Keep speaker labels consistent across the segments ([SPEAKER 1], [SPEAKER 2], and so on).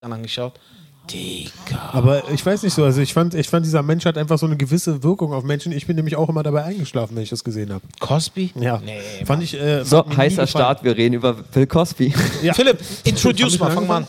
[SPEAKER 1] Hakan angeschaut. Digga.
[SPEAKER 2] Aber ich weiß nicht so, also ich fand, ich fand, dieser Mensch hat einfach so eine gewisse Wirkung auf Menschen. Ich bin nämlich auch immer dabei eingeschlafen, wenn ich das gesehen habe.
[SPEAKER 1] Cosby?
[SPEAKER 2] Ja.
[SPEAKER 1] Nee,
[SPEAKER 2] fand ich, äh,
[SPEAKER 3] So,
[SPEAKER 2] hat mir nie
[SPEAKER 3] heißer
[SPEAKER 2] gefallen.
[SPEAKER 3] Start, wir reden über Phil Cosby.
[SPEAKER 2] Ja.
[SPEAKER 1] Philipp, introduce
[SPEAKER 2] Hab ich
[SPEAKER 1] mal,
[SPEAKER 2] schon
[SPEAKER 1] fang mal an.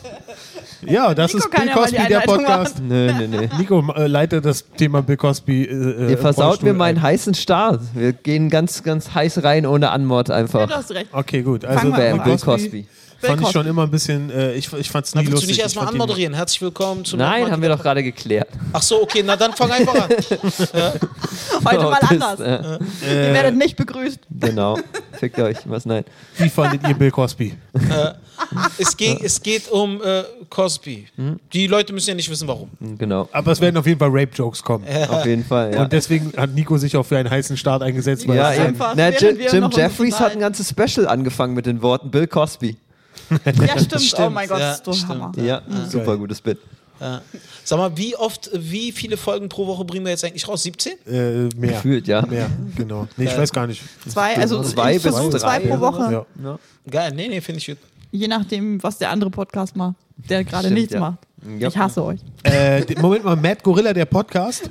[SPEAKER 2] Ja, das
[SPEAKER 4] Nico
[SPEAKER 2] ist
[SPEAKER 4] kann
[SPEAKER 2] Bill
[SPEAKER 4] ja mal die
[SPEAKER 2] Cosby, der
[SPEAKER 4] Einleitung
[SPEAKER 2] Podcast.
[SPEAKER 3] nö, nö, nö.
[SPEAKER 2] Nico äh, leitet das Thema Bill Cosby. Äh, äh,
[SPEAKER 3] Ihr
[SPEAKER 2] im
[SPEAKER 3] versaut
[SPEAKER 2] Rollstuhl
[SPEAKER 3] mir meinen
[SPEAKER 2] ein.
[SPEAKER 3] heißen Start. Wir gehen ganz, ganz heiß rein ohne Anmord
[SPEAKER 4] Du
[SPEAKER 3] einfach.
[SPEAKER 4] hast recht.
[SPEAKER 2] Okay, gut. Also
[SPEAKER 4] Fangen wir
[SPEAKER 2] Bill
[SPEAKER 4] an. Bill
[SPEAKER 3] Cosby.
[SPEAKER 2] Fand ich
[SPEAKER 4] Cosby.
[SPEAKER 2] schon immer ein bisschen, äh, ich, ich fand's nie
[SPEAKER 1] Dann willst du
[SPEAKER 2] lustig.
[SPEAKER 1] nicht erstmal
[SPEAKER 2] Ich fand ihn-
[SPEAKER 1] anmoderieren. Herzlich willkommen zum
[SPEAKER 3] Nein, haben wir doch gerade geklärt.
[SPEAKER 1] Ach so, okay, na dann fang einfach an.
[SPEAKER 4] Heute mal
[SPEAKER 3] Das,
[SPEAKER 4] anders.
[SPEAKER 3] äh,
[SPEAKER 4] Ihr werdet nicht begrüßt.
[SPEAKER 3] genau. Fickt euch. Was nein.
[SPEAKER 2] Wie fandet ihr Bill Cosby?
[SPEAKER 1] Es geht, es geht um äh, Cosby.
[SPEAKER 3] Hm?
[SPEAKER 1] Die Leute müssen ja nicht wissen, warum.
[SPEAKER 3] Genau.
[SPEAKER 2] Aber es werden auf jeden Fall Rape-Jokes kommen.
[SPEAKER 3] Auf jeden Fall. Ja.
[SPEAKER 2] Und deswegen hat Nico sich auch für einen heißen Start eingesetzt. Weil
[SPEAKER 3] Ja,
[SPEAKER 2] es-
[SPEAKER 3] eben.
[SPEAKER 4] einfach,
[SPEAKER 3] Na,
[SPEAKER 4] während
[SPEAKER 3] Jim,
[SPEAKER 4] wir noch
[SPEAKER 3] Jim
[SPEAKER 4] uns
[SPEAKER 3] Jeffries hat ein
[SPEAKER 4] unterhalten.
[SPEAKER 3] ganzes Special angefangen mit den Worten Bill Cosby.
[SPEAKER 4] Ja, stimmt. Oh
[SPEAKER 1] Stimmt,
[SPEAKER 4] mein Gott,
[SPEAKER 1] ja,
[SPEAKER 4] das ist so
[SPEAKER 1] stimmt.
[SPEAKER 4] Hammer.
[SPEAKER 3] Ja, super gutes Bit.
[SPEAKER 1] Ja. Sag mal, wie oft, wie viele Folgen pro Woche bringen wir jetzt eigentlich raus? 17?
[SPEAKER 2] äh, mehr.
[SPEAKER 3] Gefühlt, ja.
[SPEAKER 2] Mehr, genau. Nee, ich weiß gar nicht.
[SPEAKER 4] Zwei, also
[SPEAKER 3] Zwei
[SPEAKER 4] ich
[SPEAKER 3] bis
[SPEAKER 4] versuche zwei
[SPEAKER 3] drei.
[SPEAKER 4] pro Woche.
[SPEAKER 2] Ja.
[SPEAKER 1] Geil, nee, nee, finde ich gut.
[SPEAKER 4] Je nachdem, was der andere Podcast macht, der gerade
[SPEAKER 3] Stimmt,
[SPEAKER 4] nichts
[SPEAKER 3] ja.
[SPEAKER 4] macht.
[SPEAKER 3] Ja.
[SPEAKER 4] Ich hasse euch.
[SPEAKER 2] Äh, d- Moment mal, Matt Gorilla, der Podcast.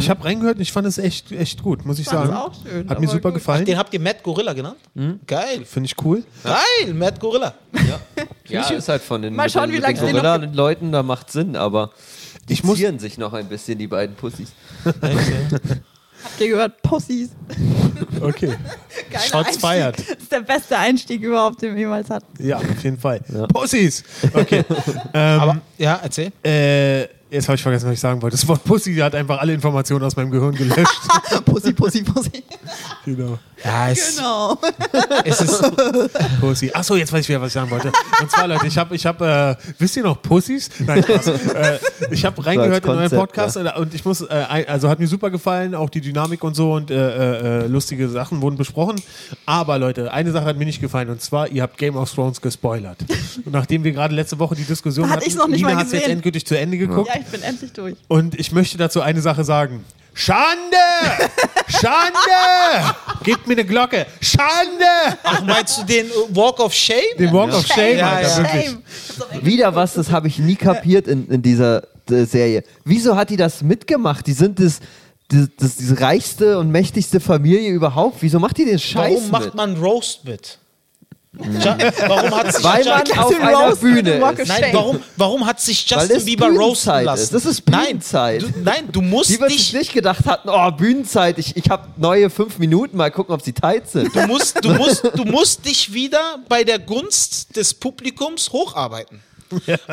[SPEAKER 2] ich habe reingehört und ich fand es echt, echt gut, muss ich
[SPEAKER 4] Fand es
[SPEAKER 2] sagen.
[SPEAKER 4] auch schön,
[SPEAKER 2] Hat mir
[SPEAKER 4] aber
[SPEAKER 2] super
[SPEAKER 4] gut.
[SPEAKER 2] gefallen.
[SPEAKER 1] Den habt ihr Matt Gorilla genannt?
[SPEAKER 3] Hm?
[SPEAKER 1] Geil.
[SPEAKER 2] Finde ich cool.
[SPEAKER 1] Geil, Matt Gorilla.
[SPEAKER 3] Ja, ist halt von den,
[SPEAKER 4] Mal
[SPEAKER 3] mit
[SPEAKER 4] schauen,
[SPEAKER 3] den,
[SPEAKER 4] wie
[SPEAKER 3] mit
[SPEAKER 4] lange
[SPEAKER 3] den
[SPEAKER 4] sie noch-
[SPEAKER 3] Gorilla Leuten, da macht Sinn, aber die
[SPEAKER 2] Ich muss-
[SPEAKER 3] zieren sich noch ein bisschen, die beiden Pussys.
[SPEAKER 4] Habt ihr gehört? Pussies.
[SPEAKER 2] Okay.
[SPEAKER 4] Geiler
[SPEAKER 2] Shots
[SPEAKER 4] Einstieg.
[SPEAKER 2] fired.
[SPEAKER 4] Das ist der beste Einstieg überhaupt, den wir jemals hatten.
[SPEAKER 2] Ja, auf jeden Fall. Pussies. Okay. ähm,
[SPEAKER 1] Aber, ja, erzähl.
[SPEAKER 2] äh, jetzt habe ich vergessen, was ich sagen wollte. Das Wort Pussy hat einfach alle Informationen aus meinem Gehirn gelöscht.
[SPEAKER 4] Pussy, Pussy, Pussy.
[SPEAKER 2] genau.
[SPEAKER 1] Ja, es,
[SPEAKER 4] Genau.
[SPEAKER 1] es ist,
[SPEAKER 2] Pussy. Achso, jetzt weiß ich wieder, was ich sagen wollte. Und zwar, Leute, ich habe, ich hab, äh, wisst ihr noch Pussys? Nein, Spaß. äh, ich habe reingehört in
[SPEAKER 3] Konzept,
[SPEAKER 2] euren Podcast äh, und ich muss, äh, ein- also hat mir super gefallen, auch die Dynamik und so und äh, äh, äh, lustige Sachen wurden besprochen. Aber Leute, eine Sache hat mir nicht gefallen und zwar, ihr habt Game of Thrones gespoilert. Und nachdem wir gerade letzte Woche die Diskussion
[SPEAKER 4] Hatte
[SPEAKER 2] hatten,
[SPEAKER 4] ich's noch nicht
[SPEAKER 2] Nina
[SPEAKER 4] mal
[SPEAKER 2] hat's jetzt
[SPEAKER 4] gesehen.
[SPEAKER 2] endgültig zu Ende geguckt.
[SPEAKER 4] Ja, ich bin endlich durch.
[SPEAKER 2] Und ich möchte dazu eine Sache sagen. Schande! Schande! Gebt mir eine Glocke. Schande!
[SPEAKER 1] ach, meinst du den äh, Walk of Shame?
[SPEAKER 2] Den Walk of Shame,
[SPEAKER 1] Ja,
[SPEAKER 2] Alter,
[SPEAKER 1] ja.
[SPEAKER 2] wirklich.
[SPEAKER 4] Shame.
[SPEAKER 3] Wieder was, das habe ich nie kapiert in, in dieser äh, Serie. Wieso hat die das mitgemacht? Die sind das, das, das, die reichste und mächtigste Familie überhaupt. Wieso macht die den Scheiß
[SPEAKER 1] Warum macht
[SPEAKER 3] mit?
[SPEAKER 1] man Roast mit? Ja, warum hat sich
[SPEAKER 3] Weil
[SPEAKER 1] Ja-
[SPEAKER 3] man auf
[SPEAKER 4] Castle
[SPEAKER 3] einer
[SPEAKER 4] Roast mit dem
[SPEAKER 3] Bühne
[SPEAKER 4] Walk of
[SPEAKER 3] ist.
[SPEAKER 1] Nein,
[SPEAKER 4] Shame.
[SPEAKER 1] warum, warum hat sich Justin
[SPEAKER 3] Weil es
[SPEAKER 1] Bieber roasten
[SPEAKER 3] Bühnenzeit
[SPEAKER 1] lassen?
[SPEAKER 3] ist. Das ist Bühnenzeit.
[SPEAKER 1] Nein, du, nein, du musst
[SPEAKER 3] Die wird sich
[SPEAKER 1] dich.
[SPEAKER 3] nicht gedacht hatten, oh, Bühnenzeit, ich, ich habe neue fünf Minuten, mal gucken, ob sie tight sind.
[SPEAKER 1] Du musst, du, musst, du musst dich wieder bei der Gunst des Publikums hocharbeiten.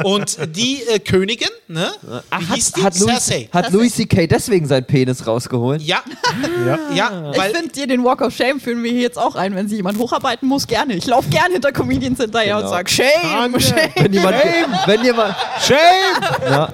[SPEAKER 1] Und die äh, Königin, ne? Wie hieß die?
[SPEAKER 3] Ah, hat Louis,
[SPEAKER 1] Cersei.
[SPEAKER 3] hat Louis C.K. deswegen seinen Penis rausgeholt?
[SPEAKER 1] ja,
[SPEAKER 2] Ja.
[SPEAKER 1] ja,
[SPEAKER 4] Ich
[SPEAKER 1] Äh, weil
[SPEAKER 4] finde, dir den Walk of Shame führen wir hier jetzt auch ein. Wenn sich jemand hocharbeiten muss, gerne. Ich laufe gerne hinter Comedians hinterher
[SPEAKER 3] Genau.
[SPEAKER 4] und sage, Shame,
[SPEAKER 2] Schande.
[SPEAKER 4] Shame.
[SPEAKER 3] Wenn jemand, wenn jemand,
[SPEAKER 2] Shame!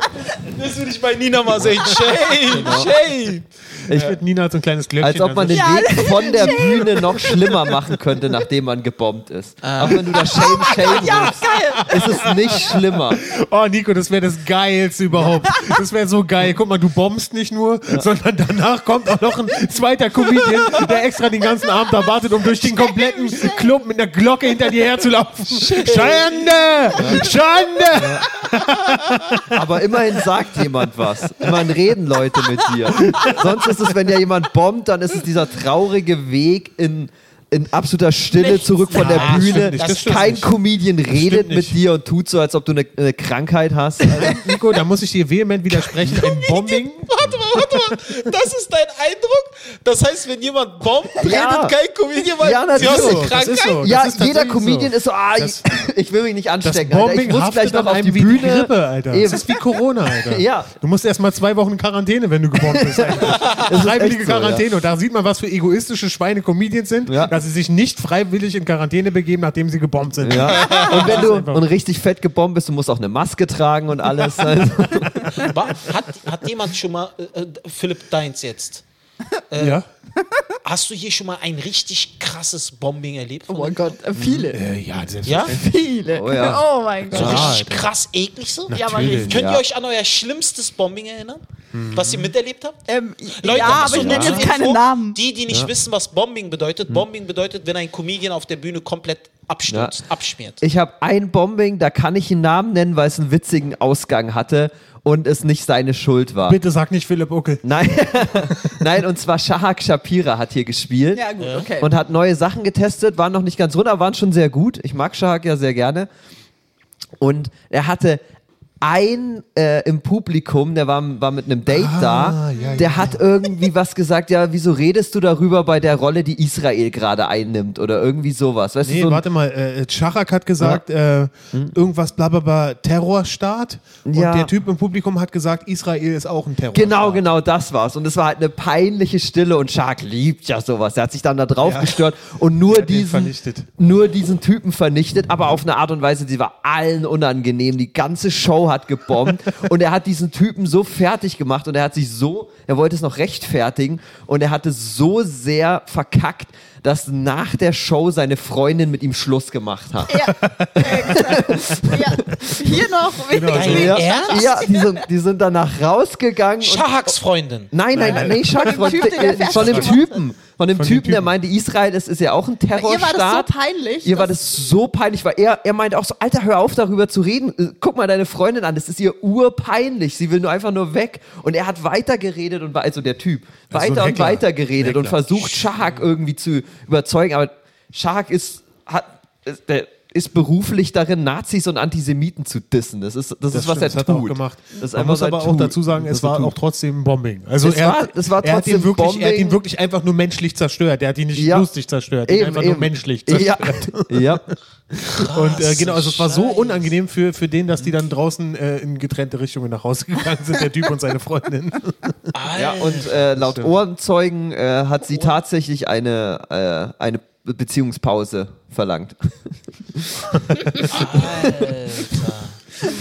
[SPEAKER 1] das würde ich bei Nina mal sehen. Shame,
[SPEAKER 3] Genau.
[SPEAKER 1] shame.
[SPEAKER 2] Ich würde Nina so ein kleines Glöckchen. also
[SPEAKER 3] als ob man den
[SPEAKER 2] ansetzen.
[SPEAKER 4] Ja.
[SPEAKER 3] Weg von der Bühne noch schlimmer machen könnte, nachdem man gebombt ist.
[SPEAKER 1] Ah.
[SPEAKER 3] Auch wenn du das Shame Shame
[SPEAKER 4] Ja,
[SPEAKER 3] rufst,
[SPEAKER 4] geil.
[SPEAKER 3] ist es nicht schlimmer.
[SPEAKER 2] Oh, Nico, das wäre das Geilste überhaupt. Das wäre so geil. Guck mal, du bombst nicht nur, sondern danach kommt auch noch ein zweiter Comedian, der extra den ganzen Abend da wartet, um durch den kompletten Club mit einer Glocke hinter dir herzulaufen. Schande! Schande!
[SPEAKER 3] Aber immerhin sagt jemand was. Immerhin reden Leute mit dir. Sonst ist es, wenn ja jemand bombt, dann ist es dieser traurige Weg in, in absoluter Stille
[SPEAKER 4] Nichts.
[SPEAKER 3] zurück von
[SPEAKER 2] Ja,
[SPEAKER 3] der
[SPEAKER 2] das
[SPEAKER 3] Bühne.
[SPEAKER 2] stimmt nicht, das stimmt
[SPEAKER 3] Kein
[SPEAKER 2] nicht.
[SPEAKER 3] Comedian redet mit
[SPEAKER 2] nicht.
[SPEAKER 3] dir und tut so, als ob du eine eine Krankheit hast.
[SPEAKER 2] Nico, da muss ich dir vehement widersprechen. Ein Bombing.
[SPEAKER 1] Warte mal, warte mal. Das ist dein Eindruck? Das heißt, wenn jemand bombt,
[SPEAKER 3] Ja.
[SPEAKER 1] redet kein Comedian, weil
[SPEAKER 3] Ja,
[SPEAKER 1] sie aus
[SPEAKER 3] natürlich.
[SPEAKER 1] der
[SPEAKER 2] Das
[SPEAKER 1] Krankheit.
[SPEAKER 2] ist so.
[SPEAKER 3] ja,
[SPEAKER 2] das ist
[SPEAKER 3] jeder
[SPEAKER 2] tatsächlich
[SPEAKER 3] Comedian
[SPEAKER 2] so.
[SPEAKER 3] ist so, ah,
[SPEAKER 2] Das-
[SPEAKER 3] ich, ich will mich nicht
[SPEAKER 2] Das
[SPEAKER 3] anstecken, Alter. Ich
[SPEAKER 2] Bombing
[SPEAKER 3] muss gleich
[SPEAKER 2] haftet
[SPEAKER 3] noch
[SPEAKER 2] an
[SPEAKER 3] auf
[SPEAKER 2] einem
[SPEAKER 3] die
[SPEAKER 2] wie die
[SPEAKER 3] Bühne.
[SPEAKER 2] Grippe, Alter. Das
[SPEAKER 3] Eben.
[SPEAKER 2] ist wie Corona, Alter.
[SPEAKER 3] Ja.
[SPEAKER 2] Du musst erst mal zwei Wochen Quarantäne, wenn du gebombt bist. Alter. Freiwillige
[SPEAKER 3] echt so,
[SPEAKER 2] Quarantäne. Und da sieht man, was für egoistische Schweine Comedians sind,
[SPEAKER 3] Ja.
[SPEAKER 2] dass sie sich nicht freiwillig in Quarantäne begeben, nachdem sie gebombt sind.
[SPEAKER 3] Ja. Und wenn du und richtig fett gebombt bist, du musst auch eine Maske tragen und alles. Also,
[SPEAKER 1] Wa- Hat, hat jemand schon mal, äh, äh, Philipp Deins jetzt,
[SPEAKER 2] Ja.
[SPEAKER 1] hast du hier schon mal ein richtig krasses Bombing erlebt?
[SPEAKER 4] Oh mein Gott, äh, viele.
[SPEAKER 2] Äh, ja, selbstverständlich.
[SPEAKER 1] Ja?
[SPEAKER 4] Viele.
[SPEAKER 3] Oh ja.
[SPEAKER 4] mein
[SPEAKER 1] So
[SPEAKER 4] Gott.
[SPEAKER 2] Ja,
[SPEAKER 1] richtig
[SPEAKER 2] Alter.
[SPEAKER 1] krass eklig so?
[SPEAKER 4] Ja, aber
[SPEAKER 2] Natürlich.
[SPEAKER 4] richtig.
[SPEAKER 1] Könnt
[SPEAKER 3] Ja.
[SPEAKER 1] ihr euch an euer schlimmstes Bombing erinnern? was ihr miterlebt habt?
[SPEAKER 4] Ähm,
[SPEAKER 1] Leute,
[SPEAKER 4] ja, aber
[SPEAKER 1] so
[SPEAKER 4] ich nenne
[SPEAKER 1] kurz
[SPEAKER 4] jetzt
[SPEAKER 1] Info,
[SPEAKER 4] keine Namen.
[SPEAKER 1] Die, die nicht wissen, was Bombing bedeutet. Bombing bedeutet, wenn ein Comedian auf der Bühne komplett abstürzt,
[SPEAKER 3] Ja.
[SPEAKER 1] abschmiert.
[SPEAKER 3] Ich habe ein Bombing, da kann ich einen Namen nennen, weil es einen witzigen Ausgang hatte und es nicht seine Schuld war.
[SPEAKER 2] Bitte sag nicht Philipp Uckel.
[SPEAKER 3] Nein, nein, und zwar Shahak Shapira hat hier gespielt
[SPEAKER 4] Ja, gut, okay.
[SPEAKER 3] und hat neue Sachen getestet, waren noch nicht ganz rund, aber waren schon sehr gut. Ich mag Shahak ja sehr gerne. Und er hatte ein äh, im Publikum, der war, war mit einem Date da,
[SPEAKER 2] Ah, ja,
[SPEAKER 3] der
[SPEAKER 2] ja.
[SPEAKER 3] hat irgendwie was gesagt, ja, wieso redest du darüber bei der Rolle, die Israel gerade einnimmt oder irgendwie sowas. Weißt
[SPEAKER 2] Nee,
[SPEAKER 3] du, so ein- Hm.
[SPEAKER 2] warte mal, äh, Charak hat gesagt, äh, irgendwas bla bla bla, Terrorstaat. Und
[SPEAKER 3] Ja.
[SPEAKER 2] der Typ im Publikum hat gesagt, Israel ist auch ein Terrorstaat.
[SPEAKER 3] Genau, genau, das war's. Und es war halt eine peinliche Stille und Shark liebt ja sowas. Er hat sich dann da drauf
[SPEAKER 2] Ja.
[SPEAKER 3] gestört und nur
[SPEAKER 2] den
[SPEAKER 3] diesen,
[SPEAKER 2] vernichtet.
[SPEAKER 3] nur diesen Typen vernichtet, aber auf eine Art und Weise, die war allen unangenehm. Die ganze Show hat gebombt und er hat diesen Typen so fertig gemacht und er hat sich so, er wollte es noch rechtfertigen und er hatte so sehr verkackt, dass nach der Show seine Freundin mit ihm Schluss gemacht hat.
[SPEAKER 4] Ja, exakt. ja. Hier noch.
[SPEAKER 1] Dein
[SPEAKER 3] also- ja,
[SPEAKER 1] Ernst?
[SPEAKER 3] ja die, sind, die sind danach rausgegangen und
[SPEAKER 1] Schahaks Freundin.
[SPEAKER 3] Nein, nein, nein, nee, Shark
[SPEAKER 4] Von
[SPEAKER 3] von, dem
[SPEAKER 4] dem Typ, den er
[SPEAKER 3] äh, von dem
[SPEAKER 4] fertig gemacht
[SPEAKER 3] Typen. Von dem
[SPEAKER 2] Von dem
[SPEAKER 3] Typen, der
[SPEAKER 2] Typen.
[SPEAKER 3] meinte, Israel ist, ist ja auch ein
[SPEAKER 4] Ihr war das so
[SPEAKER 3] Terrorstaat.
[SPEAKER 4] peinlich.
[SPEAKER 3] Ihr war das so peinlich, weil er, er meinte auch so, Alter, hör auf darüber zu reden. Äh, Guck mal deine Freundin an, das ist ihr urpeinlich. Sie will nur einfach nur weg. Und er hat weiter geredet und war, also der Typ,
[SPEAKER 2] Das ist so ein
[SPEAKER 3] weiter und
[SPEAKER 2] Heckler.
[SPEAKER 3] weiter geredet und
[SPEAKER 2] Heckler.
[SPEAKER 3] versucht, Shark irgendwie zu überzeugen. Aber Shark ist, hat, ist, der ist beruflich darin, Nazis und Antisemiten zu dissen. Das ist, das ist was
[SPEAKER 2] stimmt,
[SPEAKER 3] er
[SPEAKER 2] das hat er
[SPEAKER 3] tut.
[SPEAKER 2] auch gemacht.
[SPEAKER 3] Das ist
[SPEAKER 2] Man
[SPEAKER 3] einfach,
[SPEAKER 2] muss
[SPEAKER 3] was er
[SPEAKER 2] aber auch
[SPEAKER 3] tut.
[SPEAKER 2] dazu sagen,
[SPEAKER 3] Das
[SPEAKER 2] es
[SPEAKER 3] was er
[SPEAKER 2] war
[SPEAKER 3] tut.
[SPEAKER 2] auch trotzdem ein Bombing. Also
[SPEAKER 3] Es
[SPEAKER 2] er,
[SPEAKER 3] war- es war
[SPEAKER 2] er, hat ihn
[SPEAKER 3] trotzdem
[SPEAKER 2] wirklich, er hat ihn
[SPEAKER 3] Bombing.
[SPEAKER 2] wirklich einfach nur menschlich zerstört. Er hat ihn nicht
[SPEAKER 3] Ja.
[SPEAKER 2] lustig zerstört, er hat ihn einfach nur menschlich zerstört.
[SPEAKER 3] Ja, ja. Ah,
[SPEAKER 2] Und äh, genau, also es war so unangenehm für, für den, dass die dann draußen äh, in getrennte Richtungen nach Hause gegangen sind, der Typ und seine Freundin.
[SPEAKER 3] ja und äh, laut Ohrenzeugen äh, hat sie tatsächlich eine, äh, eine Beziehungspause verlangt.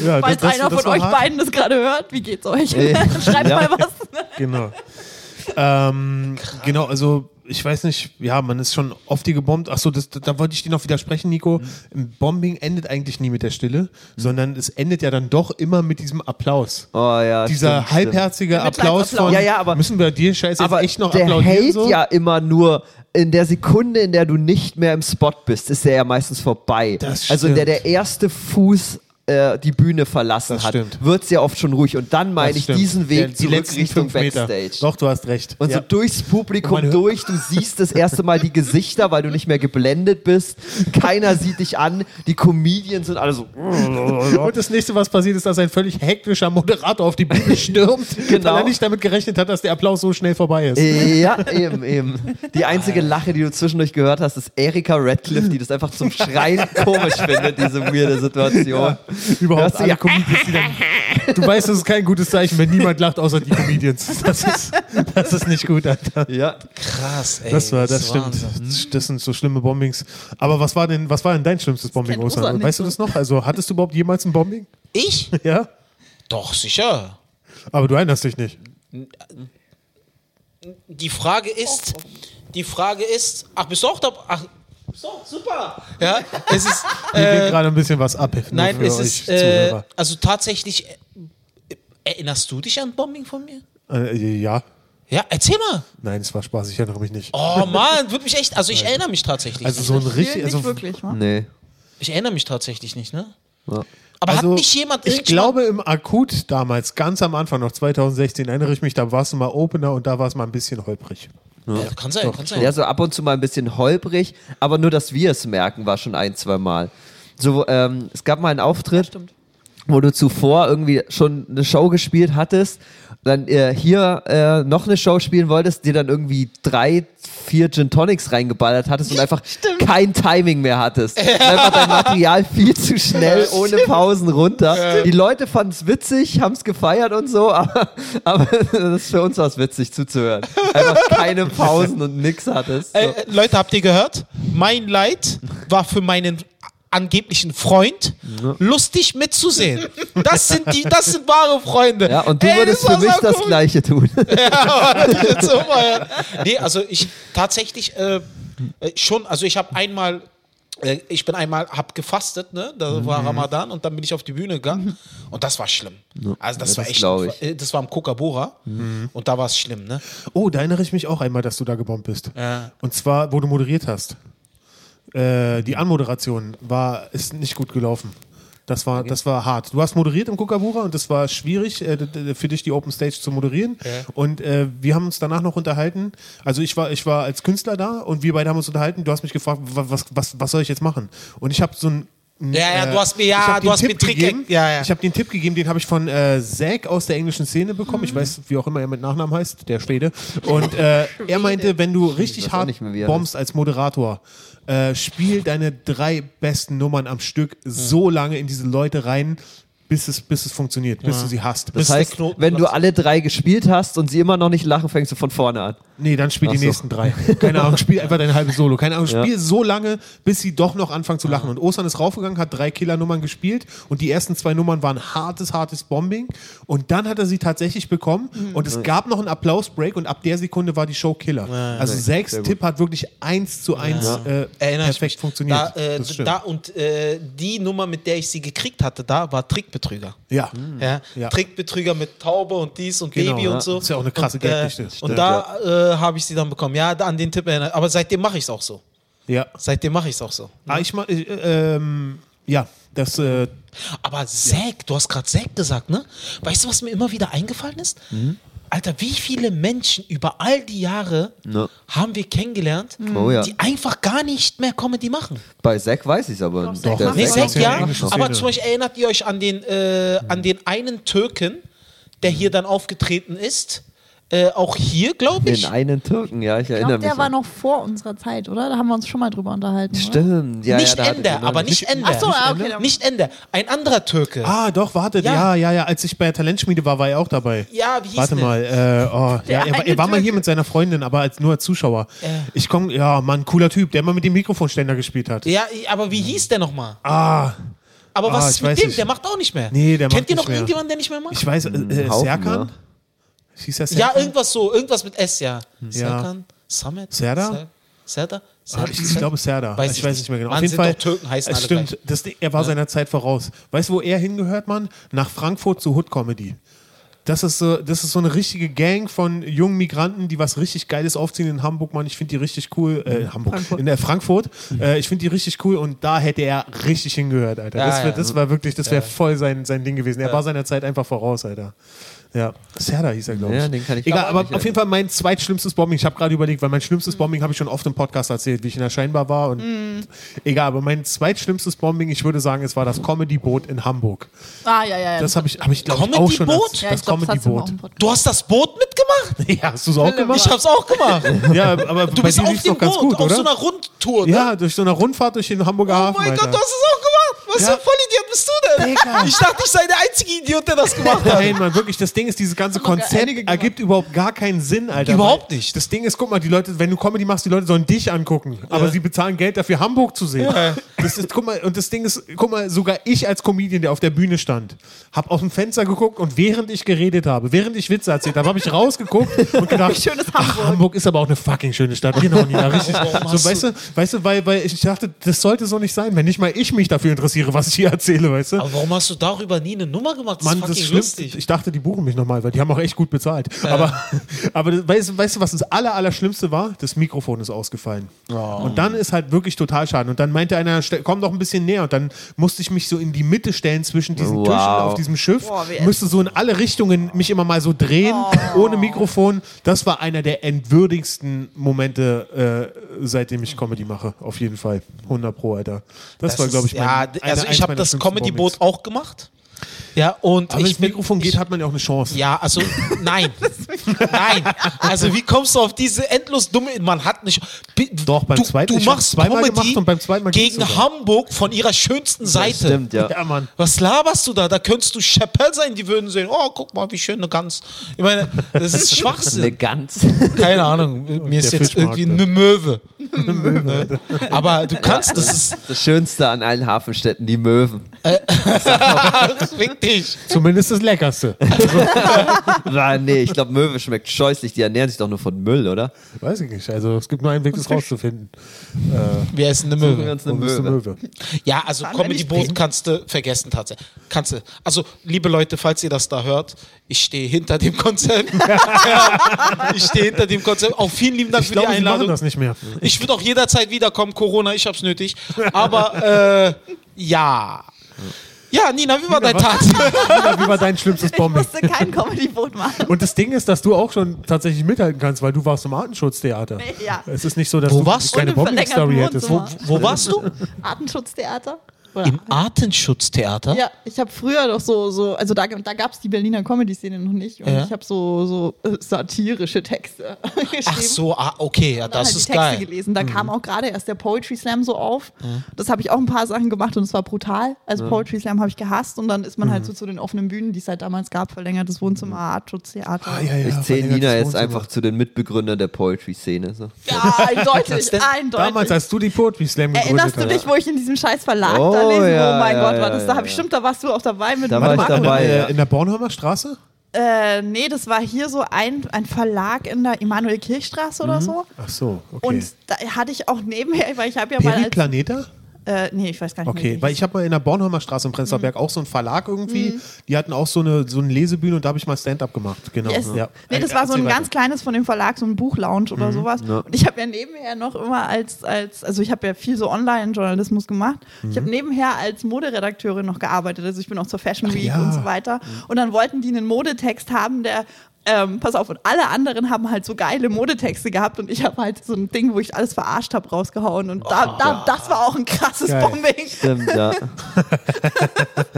[SPEAKER 2] Ja, das-
[SPEAKER 4] Falls
[SPEAKER 2] das-
[SPEAKER 4] einer
[SPEAKER 2] das
[SPEAKER 4] von
[SPEAKER 2] war
[SPEAKER 4] euch
[SPEAKER 2] hart.
[SPEAKER 4] beiden das gerade hört, wie geht's euch?
[SPEAKER 3] Ey.
[SPEAKER 4] Schreibt
[SPEAKER 3] Ja.
[SPEAKER 4] mal was.
[SPEAKER 2] Genau. ähm, genau, also ich weiß nicht, ja, man ist schon oft die gebombt. Achso, das, da wollte ich dir noch widersprechen, Nico.
[SPEAKER 3] Mhm.
[SPEAKER 2] Ein Bombing endet eigentlich nie mit der Stille, sondern es endet ja dann doch immer mit diesem Applaus.
[SPEAKER 3] Oh ja.
[SPEAKER 2] Dieser
[SPEAKER 3] stimmt, stimmt.
[SPEAKER 2] halbherzige Applaus
[SPEAKER 4] Mitleidsapplaus.
[SPEAKER 2] von
[SPEAKER 3] Ja, ja, aber-
[SPEAKER 2] müssen wir dir scheiße
[SPEAKER 3] aber
[SPEAKER 2] jetzt echt noch
[SPEAKER 3] der
[SPEAKER 2] applaudieren
[SPEAKER 3] hält
[SPEAKER 2] so?
[SPEAKER 3] ja immer nur in der Sekunde, in der du nicht mehr im Spot bist, ist der ja meistens vorbei.
[SPEAKER 2] Das
[SPEAKER 3] also in der
[SPEAKER 2] stimmt.
[SPEAKER 3] der erste Fuß äh, die Bühne verlassen
[SPEAKER 2] Das
[SPEAKER 3] hat,
[SPEAKER 2] stimmt.
[SPEAKER 3] wird's ja oft schon ruhig. Und dann
[SPEAKER 2] Das
[SPEAKER 3] meine ich
[SPEAKER 2] stimmt.
[SPEAKER 3] diesen
[SPEAKER 2] Der-
[SPEAKER 3] Weg zurück
[SPEAKER 2] letzten
[SPEAKER 3] Richtung
[SPEAKER 2] fünf Meter.
[SPEAKER 3] Backstage.
[SPEAKER 2] Doch, du hast recht.
[SPEAKER 3] Und
[SPEAKER 2] ja.
[SPEAKER 3] so durchs Publikum
[SPEAKER 2] Und man hört-
[SPEAKER 3] durch, du siehst das erste Mal die Gesichter, weil du nicht mehr geblendet bist. Keiner sieht dich an. Die Comedians sind alle so.
[SPEAKER 2] Und das nächste, was passiert, ist, dass ein völlig hektischer Moderator auf die Bühne stürmt,
[SPEAKER 3] Genau. Äh,
[SPEAKER 2] weil er nicht damit gerechnet hat, dass der Applaus so schnell vorbei ist.
[SPEAKER 3] Ja, eben, eben. Die einzige Lache, die du zwischendurch gehört hast, ist Erika Radcliffe, die das einfach zum Schreien komisch findet, diese weirde Situation.
[SPEAKER 2] Überhaupt
[SPEAKER 3] Hörst du
[SPEAKER 2] alle
[SPEAKER 3] ja-
[SPEAKER 2] Comedians, die dann, Du weißt, das ist kein gutes Zeichen, wenn niemand lacht, außer die Comedians. Das ist, das ist nicht gut, Alter.
[SPEAKER 3] Ja.
[SPEAKER 1] Krass, ey.
[SPEAKER 2] Das war, das
[SPEAKER 1] ist
[SPEAKER 2] stimmt.
[SPEAKER 1] Wahnsinn.
[SPEAKER 2] Das sind so schlimme Bombings. Aber was war denn, was war denn dein schlimmstes Bombing,
[SPEAKER 4] kennt Ozan
[SPEAKER 2] Ostern?
[SPEAKER 4] nicht
[SPEAKER 2] Weißt du
[SPEAKER 4] so.
[SPEAKER 2] das noch? Also, hattest du überhaupt jemals ein Bombing?
[SPEAKER 1] Ich?
[SPEAKER 2] Ja?
[SPEAKER 1] Doch, sicher.
[SPEAKER 2] Aber du erinnerst dich nicht.
[SPEAKER 1] Die Frage ist, die Frage ist, ach, bist du auch dabei? Ach, bist du auch? super. Ja, es ist,
[SPEAKER 2] Mir geht gerade ein bisschen was ab. nur
[SPEAKER 1] nein,
[SPEAKER 2] für
[SPEAKER 1] es
[SPEAKER 2] euch
[SPEAKER 1] ist, äh,
[SPEAKER 2] Zuhörer.
[SPEAKER 1] also tatsächlich, äh, erinnerst du dich an Bombing von mir?
[SPEAKER 2] Äh, ja.
[SPEAKER 1] Ja, erzähl mal.
[SPEAKER 2] Nein, es war Spaß, ich erinnere mich nicht.
[SPEAKER 1] Oh Mann, würde mich echt, also ich erinnere mich tatsächlich.
[SPEAKER 2] Also
[SPEAKER 1] nicht.
[SPEAKER 2] so ein richtig,
[SPEAKER 4] Nicht
[SPEAKER 2] also
[SPEAKER 4] wirklich, wa?
[SPEAKER 3] Nee.
[SPEAKER 1] Ich erinnere mich tatsächlich nicht, ne? Aber
[SPEAKER 2] Also,
[SPEAKER 1] hat nicht jemand
[SPEAKER 2] Ich
[SPEAKER 1] irgendwann-
[SPEAKER 2] glaube, im Akut damals, ganz am Anfang, noch 2016, erinnere ich mich, da warst du mal Opener und da war es mal ein bisschen holprig.
[SPEAKER 1] Ja, kann sein, kann sein.
[SPEAKER 3] Ja, so ab und zu mal ein bisschen holprig, aber nur, dass wir es merken, war schon ein, zwei Mal. So, ähm, es gab mal einen Auftritt, wo du zuvor irgendwie schon eine Show gespielt hattest, dann äh, hier äh, noch eine Show spielen wolltest, dir dann irgendwie drei, vier Gin Tonics reingeballert hattest und einfach kein Timing mehr hattest. Und einfach dein Material viel zu schnell, ohne Pausen runter. Die Leute fanden es witzig, haben es gefeiert und so, aber, aber das ist für uns was witzig zuzuhören. Einfach keine Pausen und nix hattest. So.
[SPEAKER 1] Äh, äh, Leute, habt ihr gehört? Mein Leid war für meinen angeblichen Freund lustig mitzusehen. Das sind die, das sind wahre Freunde.
[SPEAKER 3] Ja, und du
[SPEAKER 1] Ey,
[SPEAKER 3] würdest
[SPEAKER 1] das war
[SPEAKER 3] für mich
[SPEAKER 1] so
[SPEAKER 3] das
[SPEAKER 1] cool.
[SPEAKER 3] Gleiche tun.
[SPEAKER 1] Ja, das ist so feiern. nee, also ich tatsächlich äh, äh, schon, also ich habe einmal äh, ich bin einmal, hab gefastet, ne?
[SPEAKER 3] Mhm.
[SPEAKER 1] Da war Ramadan und dann bin ich auf die Bühne gegangen und das war schlimm. Also das
[SPEAKER 3] Ja,
[SPEAKER 1] war
[SPEAKER 3] das
[SPEAKER 1] echt,
[SPEAKER 3] glaub ich. Mhm.
[SPEAKER 1] äh, das war im Kokabora und da war es schlimm, ne?
[SPEAKER 2] Oh, da erinnere ich mich auch einmal, dass du da gebombt bist.
[SPEAKER 1] Ja.
[SPEAKER 2] Und zwar, wo du moderiert hast. Äh, die Anmoderation war, ist nicht gut gelaufen. Das war, das war hart. Du hast moderiert im Kukabura und es war schwierig äh, d- d- für dich die Open Stage zu moderieren. Und äh, wir haben uns danach noch unterhalten. Also ich war, ich war als Künstler da und wir beide haben uns unterhalten. Du hast mich gefragt, wa- was, was, was soll ich jetzt machen? Und ich habe so ein
[SPEAKER 1] Ja, ja,
[SPEAKER 2] äh,
[SPEAKER 1] du hast mir- ja,
[SPEAKER 2] ich hab
[SPEAKER 1] du
[SPEAKER 2] den
[SPEAKER 1] hast mir
[SPEAKER 2] Tipp
[SPEAKER 1] Trick-
[SPEAKER 2] gegeben.
[SPEAKER 1] ja, ja.
[SPEAKER 2] Ich habe den Tipp gegeben, den habe ich von äh, Zack aus der englischen Szene bekommen.
[SPEAKER 3] Mhm.
[SPEAKER 2] Ich weiß, wie auch immer er mit Nachnamen heißt, der Schwede. Und äh, er meinte, wenn du richtig
[SPEAKER 3] weiß auch
[SPEAKER 2] hart
[SPEAKER 3] nicht mehr, wie er
[SPEAKER 2] bombst als Moderator, äh, spiel deine drei besten Nummern am Stück
[SPEAKER 3] Mhm.
[SPEAKER 2] so lange in diese Leute rein, bis es, bis es funktioniert, bis du sie hast.
[SPEAKER 3] Das
[SPEAKER 1] Bis der
[SPEAKER 3] heißt,
[SPEAKER 1] Knoten
[SPEAKER 3] wenn du
[SPEAKER 1] platzt.
[SPEAKER 3] alle drei gespielt hast und sie immer noch nicht lachen, fängst du von vorne an.
[SPEAKER 2] nee, dann spiel
[SPEAKER 3] Ach
[SPEAKER 2] die
[SPEAKER 3] so.
[SPEAKER 2] nächsten drei. Keine Ahnung, spiel einfach dein halbes Solo. Keine Ahnung, spiel so lange, bis sie doch noch anfangen zu lachen. Und Ostern ist raufgegangen, hat drei Killer-Nummern gespielt und die ersten zwei Nummern waren hartes, hartes Bombing. Und dann hat er sie tatsächlich bekommen
[SPEAKER 1] Mhm.
[SPEAKER 2] und es gab noch einen Applaus-Break und ab der Sekunde war die Show Killer. Also sechs Tipp hat wirklich eins zu eins äh,
[SPEAKER 1] Erinnere ich
[SPEAKER 2] perfekt
[SPEAKER 1] mich.
[SPEAKER 2] funktioniert.
[SPEAKER 1] Da, äh,
[SPEAKER 2] Das ist schön.
[SPEAKER 1] da und äh, die Nummer, mit der ich sie gekriegt hatte, da war Trickbetrüger. Ja,
[SPEAKER 2] ja. Hm. Ja.
[SPEAKER 1] Trickbetrüger mit Taube und dies und
[SPEAKER 2] Genau,
[SPEAKER 1] Baby
[SPEAKER 2] ja.
[SPEAKER 1] und so.
[SPEAKER 2] Ist ja auch eine krasse
[SPEAKER 1] und, äh,
[SPEAKER 2] Geldgeschichte.
[SPEAKER 1] Und da äh, habe ich sie dann bekommen. Ja, da- an den Tipp erinnert. Aber seitdem mache ich es auch so.
[SPEAKER 2] ja.
[SPEAKER 1] Seitdem mache ich es auch so.
[SPEAKER 2] Ah, ich mach, ich, äh, ähm, ja, das, äh,
[SPEAKER 1] Aber Zack, du hast gerade Zack gesagt, ne? Weißt du, was mir immer wieder eingefallen ist?
[SPEAKER 2] Mhm.
[SPEAKER 1] Alter, wie viele Menschen über all die Jahre
[SPEAKER 3] Ja.
[SPEAKER 1] haben wir kennengelernt,
[SPEAKER 3] Oh ja.
[SPEAKER 1] die einfach gar nicht mehr Comedy machen?
[SPEAKER 3] Bei Zack weiß ich es aber.
[SPEAKER 4] Zack
[SPEAKER 3] Der
[SPEAKER 4] macht
[SPEAKER 1] Nee,
[SPEAKER 4] Zack
[SPEAKER 1] Zack,
[SPEAKER 4] macht's ja
[SPEAKER 1] ja.
[SPEAKER 2] in der englischen
[SPEAKER 1] Aber
[SPEAKER 2] Szene.
[SPEAKER 1] zum Beispiel erinnert ihr euch an den, äh, an den einen Türken, der hier dann aufgetreten ist? Äh, auch hier, glaube ich.
[SPEAKER 3] Den einen Türken, ja, ich
[SPEAKER 4] Ich
[SPEAKER 3] erinnere
[SPEAKER 4] glaube,
[SPEAKER 3] mich.
[SPEAKER 4] der war
[SPEAKER 3] an-
[SPEAKER 4] noch vor unserer Zeit, oder? Da haben wir uns schon mal drüber unterhalten.
[SPEAKER 3] Stimmt, ja. genau ja,
[SPEAKER 1] nicht
[SPEAKER 3] da hatte ich
[SPEAKER 1] Ender,
[SPEAKER 2] genau
[SPEAKER 3] ihn
[SPEAKER 1] aber
[SPEAKER 3] noch.
[SPEAKER 1] nicht Ender.
[SPEAKER 4] Ach so, ja, okay, dann-
[SPEAKER 1] Nicht Ender. Ein anderer Türke.
[SPEAKER 2] Ah, doch, warte.
[SPEAKER 1] Ja.
[SPEAKER 2] Ja. ja, ja, Als ich bei der Talentschmiede war, war er auch dabei.
[SPEAKER 1] Ja, wie hieß
[SPEAKER 2] Warte
[SPEAKER 1] der?
[SPEAKER 2] mal. Äh, oh, ja, er, war-
[SPEAKER 4] eine
[SPEAKER 2] er war mal
[SPEAKER 4] Türke.
[SPEAKER 2] hier mit seiner Freundin, aber als, nur als Zuschauer. Ich komme, ja, Mann, cooler Typ, der immer mit dem Mikrofonständer gespielt hat.
[SPEAKER 1] Ja, aber wie hieß der nochmal?
[SPEAKER 2] Ah,
[SPEAKER 1] Aber
[SPEAKER 2] Ah,
[SPEAKER 1] was ist
[SPEAKER 2] ich
[SPEAKER 1] mit
[SPEAKER 2] weiß
[SPEAKER 1] dem?
[SPEAKER 2] nicht.
[SPEAKER 1] Der macht auch nicht mehr.
[SPEAKER 2] Nee, der
[SPEAKER 1] Kennt
[SPEAKER 2] macht
[SPEAKER 1] ihr noch
[SPEAKER 2] nicht mehr.
[SPEAKER 1] irgendjemanden, der nicht mehr macht?
[SPEAKER 2] ich weiß, äh, äh,
[SPEAKER 3] Haufen,
[SPEAKER 2] Serkan?
[SPEAKER 3] ne?
[SPEAKER 2] Hieß der
[SPEAKER 1] ja,
[SPEAKER 2] Serkan?
[SPEAKER 1] irgendwas so. Irgendwas mit S, ja. Serkan, Samet,
[SPEAKER 2] Hm. Serda?
[SPEAKER 1] Ser- Serda?
[SPEAKER 2] Ah,
[SPEAKER 1] Serda?
[SPEAKER 2] ich, ich glaube Serda.
[SPEAKER 1] Weiß
[SPEAKER 2] ich,
[SPEAKER 1] ich
[SPEAKER 2] weiß
[SPEAKER 1] nicht.
[SPEAKER 2] nicht mehr genau.
[SPEAKER 1] Mann,
[SPEAKER 2] Auf jeden
[SPEAKER 1] sind
[SPEAKER 2] Fall.
[SPEAKER 1] doch Türken, heißen
[SPEAKER 2] es
[SPEAKER 1] alle
[SPEAKER 2] stimmt,
[SPEAKER 1] gleich.
[SPEAKER 2] das, Ding- er war seiner Zeit voraus. Weißt du, wo er hingehört, Mann? Nach Frankfurt zu Hood Comedy. Das ist, so, das ist so eine richtige Gang von jungen Migranten, die was richtig Geiles aufziehen in Hamburg, Mann. Ich finde die richtig cool. Äh, in Hamburg.
[SPEAKER 4] Frankfurt.
[SPEAKER 2] In der Frankfurt.
[SPEAKER 1] Mhm.
[SPEAKER 2] Äh, ich finde die richtig cool und da hätte er richtig hingehört, Alter.
[SPEAKER 1] Ja,
[SPEAKER 2] das, wär,
[SPEAKER 1] ja.
[SPEAKER 2] das war wirklich, das wäre voll sein, sein Ding gewesen. Er war seiner Zeit einfach voraus, Alter. Ja, Serda hieß er, glaube ich.
[SPEAKER 3] Ja, den kann ich
[SPEAKER 2] Egal,
[SPEAKER 3] auch
[SPEAKER 2] aber
[SPEAKER 3] nicht
[SPEAKER 2] auf jeden Fall mein zweitschlimmstes Bombing. Ich habe gerade überlegt, weil mein
[SPEAKER 1] Mhm.
[SPEAKER 2] schlimmstes Bombing habe ich schon oft im Podcast erzählt, wie ich in der Scheinbar war. Und Egal, aber mein zweitschlimmstes Bombing, ich würde sagen, es war das Comedy-Boot in Hamburg.
[SPEAKER 4] Ah, ja, ja. ja.
[SPEAKER 2] Das habe ich, hab ich glaube ich, auch schon
[SPEAKER 1] Comedy-Boot?
[SPEAKER 2] als,
[SPEAKER 4] ja,
[SPEAKER 2] das
[SPEAKER 4] ich glaub, das hat's immer auch
[SPEAKER 2] Comedy-Boot.
[SPEAKER 4] im Podcast.
[SPEAKER 1] Du hast das Boot mitgemacht?
[SPEAKER 2] Ja, hast du es auch
[SPEAKER 1] Ich
[SPEAKER 2] gemacht?
[SPEAKER 1] hab's auch gemacht.
[SPEAKER 2] Ja, aber
[SPEAKER 1] Du
[SPEAKER 2] bei
[SPEAKER 1] bist
[SPEAKER 2] dir
[SPEAKER 1] auf
[SPEAKER 2] lief's
[SPEAKER 1] dem
[SPEAKER 2] doch ganz
[SPEAKER 1] Boot,
[SPEAKER 2] gut,
[SPEAKER 1] auf so
[SPEAKER 2] oder?
[SPEAKER 1] einer Rundtour. Ne?
[SPEAKER 2] ja, durch so eine Rundfahrt durch den Hamburger
[SPEAKER 1] Oh
[SPEAKER 2] Hafen.
[SPEAKER 1] mein Gott,
[SPEAKER 2] Alter.
[SPEAKER 1] du hast es auch gemacht. Was
[SPEAKER 2] Ja.
[SPEAKER 1] für ein Vollidiot bist du denn?
[SPEAKER 2] Digga.
[SPEAKER 1] Ich dachte, ich sei der einzige Idiot, der das gemacht hat.
[SPEAKER 2] Nein, Mann, wirklich, das Ding ist, dieses ganze
[SPEAKER 4] Haben wir einige
[SPEAKER 2] Konzept
[SPEAKER 4] gemacht.
[SPEAKER 2] ergibt überhaupt gar keinen Sinn, Alter.
[SPEAKER 1] Überhaupt
[SPEAKER 2] Weil
[SPEAKER 1] nicht.
[SPEAKER 2] Das Ding ist, guck mal, die Leute, wenn du Comedy machst, die Leute sollen dich angucken. Aber sie bezahlen Geld dafür, Hamburg zu sehen. Das ist, guck mal, und das Ding ist, guck mal, sogar ich als Comedian, der auf der Bühne stand, hab aus dem Fenster geguckt und während ich geredet habe, während ich Witze erzählt habe, habe ich rausgeguckt und gedacht,
[SPEAKER 4] schönes
[SPEAKER 2] Ach, Hamburg ist aber auch eine fucking schöne Stadt. Genau, Nina, richtig. So, weißt du, weißt du, weil, weil ich dachte, das sollte so nicht sein, wenn nicht mal ich mich dafür interessiere, was ich hier erzähle, weißt du?
[SPEAKER 1] Aber warum hast du darüber nie eine Nummer gemacht? Das
[SPEAKER 2] Mann,
[SPEAKER 1] ist
[SPEAKER 2] das
[SPEAKER 1] fucking
[SPEAKER 2] ist schlimm.
[SPEAKER 1] lustig.
[SPEAKER 2] Ich dachte, die buchen mich nochmal, weil die haben auch echt gut bezahlt. Aber, aber das- weißt, du- weißt du, was das aller, Allerschlimmste war? Das Mikrofon ist ausgefallen.
[SPEAKER 1] Oh.
[SPEAKER 2] Und dann ist halt wirklich total schade. Und dann meinte einer, "Ste- komm doch ein bisschen näher. Und dann musste ich mich so in die Mitte stellen zwischen diesen
[SPEAKER 3] Wow.
[SPEAKER 2] Tischen auf diesem Schiff.
[SPEAKER 4] Boah, wie
[SPEAKER 2] müsste so in alle Richtungen mich immer mal so drehen,
[SPEAKER 1] Oh.
[SPEAKER 2] ohne Mikrofon. Das war einer der entwürdigsten Momente, äh, seitdem ich Comedy mache. Auf jeden Fall. 100 Pro, Alter. Das, war,
[SPEAKER 1] ist-
[SPEAKER 2] glaube ich, mein
[SPEAKER 1] Ja,
[SPEAKER 2] eine-
[SPEAKER 1] also
[SPEAKER 2] eins
[SPEAKER 1] ich habe
[SPEAKER 2] meiner
[SPEAKER 1] das
[SPEAKER 2] schlimmsten Bombings.
[SPEAKER 1] Comedy-Boot auch gemacht. Ja, und
[SPEAKER 2] Aber wenn
[SPEAKER 1] ich
[SPEAKER 2] das
[SPEAKER 1] bin-
[SPEAKER 2] Mikrofon
[SPEAKER 1] ich-
[SPEAKER 2] geht, hat man ja auch eine Chance.
[SPEAKER 1] Ja, also nein. nein. Also wie kommst du auf diese endlos dumme man hat nicht Bi-
[SPEAKER 2] Doch, beim zweiten-
[SPEAKER 1] du
[SPEAKER 2] ich hab
[SPEAKER 1] machst
[SPEAKER 2] zweimal
[SPEAKER 1] Comedy
[SPEAKER 2] gemacht und beim zweiten Mal geht's
[SPEAKER 1] gegen
[SPEAKER 2] sogar.
[SPEAKER 1] Hamburg von ihrer schönsten Seite.
[SPEAKER 3] Stimmt, ja.
[SPEAKER 2] Ja, Mann.
[SPEAKER 1] Was laberst du da? Da könntest du Chappelle sein, die würden sehen, oh, guck mal, wie schön eine Gans. Ich meine, das ist
[SPEAKER 3] Eine
[SPEAKER 1] Schwachsinn.
[SPEAKER 3] Gans.
[SPEAKER 1] Keine Ahnung, mir ist
[SPEAKER 2] der
[SPEAKER 1] jetzt
[SPEAKER 2] Fischmarkt,
[SPEAKER 1] irgendwie
[SPEAKER 2] ne?
[SPEAKER 1] eine Möwe. Ne? Aber du kannst, das ist,
[SPEAKER 3] Das Schönste an allen Hafenstädten, die Möwen.
[SPEAKER 1] fick dich.
[SPEAKER 2] Zumindest das Leckerste.
[SPEAKER 3] Ah, nee, ich glaube, Möwe schmeckt scheußlich. Die ernähren sich doch nur von Müll, oder?
[SPEAKER 2] Weiß ich nicht. Also es gibt nur einen Weg, das es rauszufinden.
[SPEAKER 1] Wir essen eine
[SPEAKER 3] wir
[SPEAKER 1] Möwe.
[SPEAKER 3] uns eine
[SPEAKER 2] Und das ist
[SPEAKER 3] Möwe.
[SPEAKER 2] Möwe.
[SPEAKER 1] Ja, also
[SPEAKER 4] Fahren wir nicht
[SPEAKER 1] Comedy-Boden
[SPEAKER 4] hin?
[SPEAKER 1] kannst du vergessen tatsächlich. Kannst du. Also, liebe Leute, falls ihr das da hört, ich stehe hinter dem Konzept. ja, ich stehe hinter dem Konzept. Auch vielen lieben Dank
[SPEAKER 2] Ich
[SPEAKER 1] für
[SPEAKER 2] glaube,
[SPEAKER 1] die
[SPEAKER 2] sie machen
[SPEAKER 1] Einladung.
[SPEAKER 2] das nicht mehr.
[SPEAKER 1] Ich würde auch jederzeit wiederkommen. Corona, ich hab's nötig. Aber, äh, ja. Ja, Nina, wie war dein Tag?
[SPEAKER 2] Wie war dein schlimmstes
[SPEAKER 4] Ich
[SPEAKER 2] Bombing?
[SPEAKER 4] musste kein Comedy-Boot machen.
[SPEAKER 2] Und das Ding ist, dass du auch schon tatsächlich mithalten kannst, weil du warst im Artenschutztheater.
[SPEAKER 4] Nee, ja.
[SPEAKER 2] Es ist nicht so, dass
[SPEAKER 1] Wo
[SPEAKER 2] du
[SPEAKER 1] warst du?
[SPEAKER 2] keine
[SPEAKER 4] Und im
[SPEAKER 2] Bombing-Story
[SPEAKER 4] verlängerten
[SPEAKER 2] hättest.
[SPEAKER 4] Wohnzimmer.
[SPEAKER 1] Wo warst du?
[SPEAKER 4] Artenschutztheater? Oder-
[SPEAKER 1] Im Artenschutztheater?
[SPEAKER 4] Ja, ich habe früher doch so, so also da, da gab es die Berliner Comedy-Szene noch nicht und
[SPEAKER 1] Ja.
[SPEAKER 4] ich habe so, so äh, satirische Texte geschrieben.
[SPEAKER 1] Ach so, ah, okay, ja,
[SPEAKER 4] Und dann
[SPEAKER 1] das
[SPEAKER 4] halt
[SPEAKER 1] ist
[SPEAKER 4] die Texte
[SPEAKER 1] geil. Mhm.
[SPEAKER 4] gelesen. Da kam auch gerade erst der Poetry Slam so auf. Das habe ich auch ein paar Sachen gemacht und es war brutal. Also Poetry Slam habe ich gehasst und dann ist man
[SPEAKER 1] Mhm.
[SPEAKER 4] halt so zu den offenen Bühnen, die es halt damals gab, verlängertes Wohnzimmer, Artschutztheater.
[SPEAKER 2] Ah, ja, ja,
[SPEAKER 4] ja.
[SPEAKER 3] Ich zähle
[SPEAKER 2] verlängertes
[SPEAKER 3] Nina jetzt
[SPEAKER 2] Wohnzimmer.
[SPEAKER 3] einfach zu den Mitbegründern der Poetry-Szene. So.
[SPEAKER 4] eindeutig, eindeutig.
[SPEAKER 2] Damals, als du die Poetry Slam gegründet
[SPEAKER 4] Erinnerst du
[SPEAKER 2] hast.
[SPEAKER 4] dich, wo ich in diesem scheiß Verlag da
[SPEAKER 3] Oh,
[SPEAKER 4] lesen?
[SPEAKER 3] ja,
[SPEAKER 4] oh mein
[SPEAKER 3] ja,
[SPEAKER 4] Gott, war
[SPEAKER 3] ja,
[SPEAKER 4] das da?
[SPEAKER 3] ja.
[SPEAKER 4] Hab ich, stimmt, da warst du auch dabei mit
[SPEAKER 3] Da
[SPEAKER 4] Marco.
[SPEAKER 3] war ich dabei,
[SPEAKER 2] in, der-
[SPEAKER 3] ja.
[SPEAKER 2] in der Bornholmer Straße?
[SPEAKER 4] Äh, nee, das war hier so ein, ein Verlag in der Emanuel-Kirchstraße
[SPEAKER 3] Mhm.
[SPEAKER 4] oder so.
[SPEAKER 2] Ach so, okay.
[SPEAKER 4] Und da hatte ich auch nebenher, weil ich habe ja mal als,
[SPEAKER 2] Periplaneta?
[SPEAKER 4] äh, nee, Mhm. ich weiß gar nicht
[SPEAKER 2] Okay,
[SPEAKER 4] mehr.
[SPEAKER 2] weil ich habe mal in der Bornholmer Straße im Prenzlauer Berg auch so einen Verlag irgendwie,
[SPEAKER 4] Mhm.
[SPEAKER 2] die hatten auch so eine, so eine Lesebühne und da habe ich mal Stand-up gemacht. Genau.
[SPEAKER 4] Yes.
[SPEAKER 2] Ja.
[SPEAKER 4] Nee, das war so ein
[SPEAKER 2] Erzähl Mhm.
[SPEAKER 4] ganz kleines von dem Verlag, so ein Buchlounge oder sowas. Und ich habe ja nebenher noch immer als, als also ich habe ja viel so Online-Journalismus gemacht. Ich
[SPEAKER 2] Mhm.
[SPEAKER 4] habe nebenher als Moderedakteurin noch gearbeitet. Also ich bin auch zur Fashion Week
[SPEAKER 2] ja. Mhm.
[SPEAKER 4] und so weiter. Und dann wollten die einen Modetext haben, der ähm, pass auf, und alle anderen haben halt so geile Modetexte gehabt und ich habe halt so ein Ding, wo ich alles verarscht habe, rausgehauen. Und da, da, das war auch ein krasses
[SPEAKER 2] Oh. Geil.
[SPEAKER 4] Bombing.
[SPEAKER 3] Stimmt, ja. ja.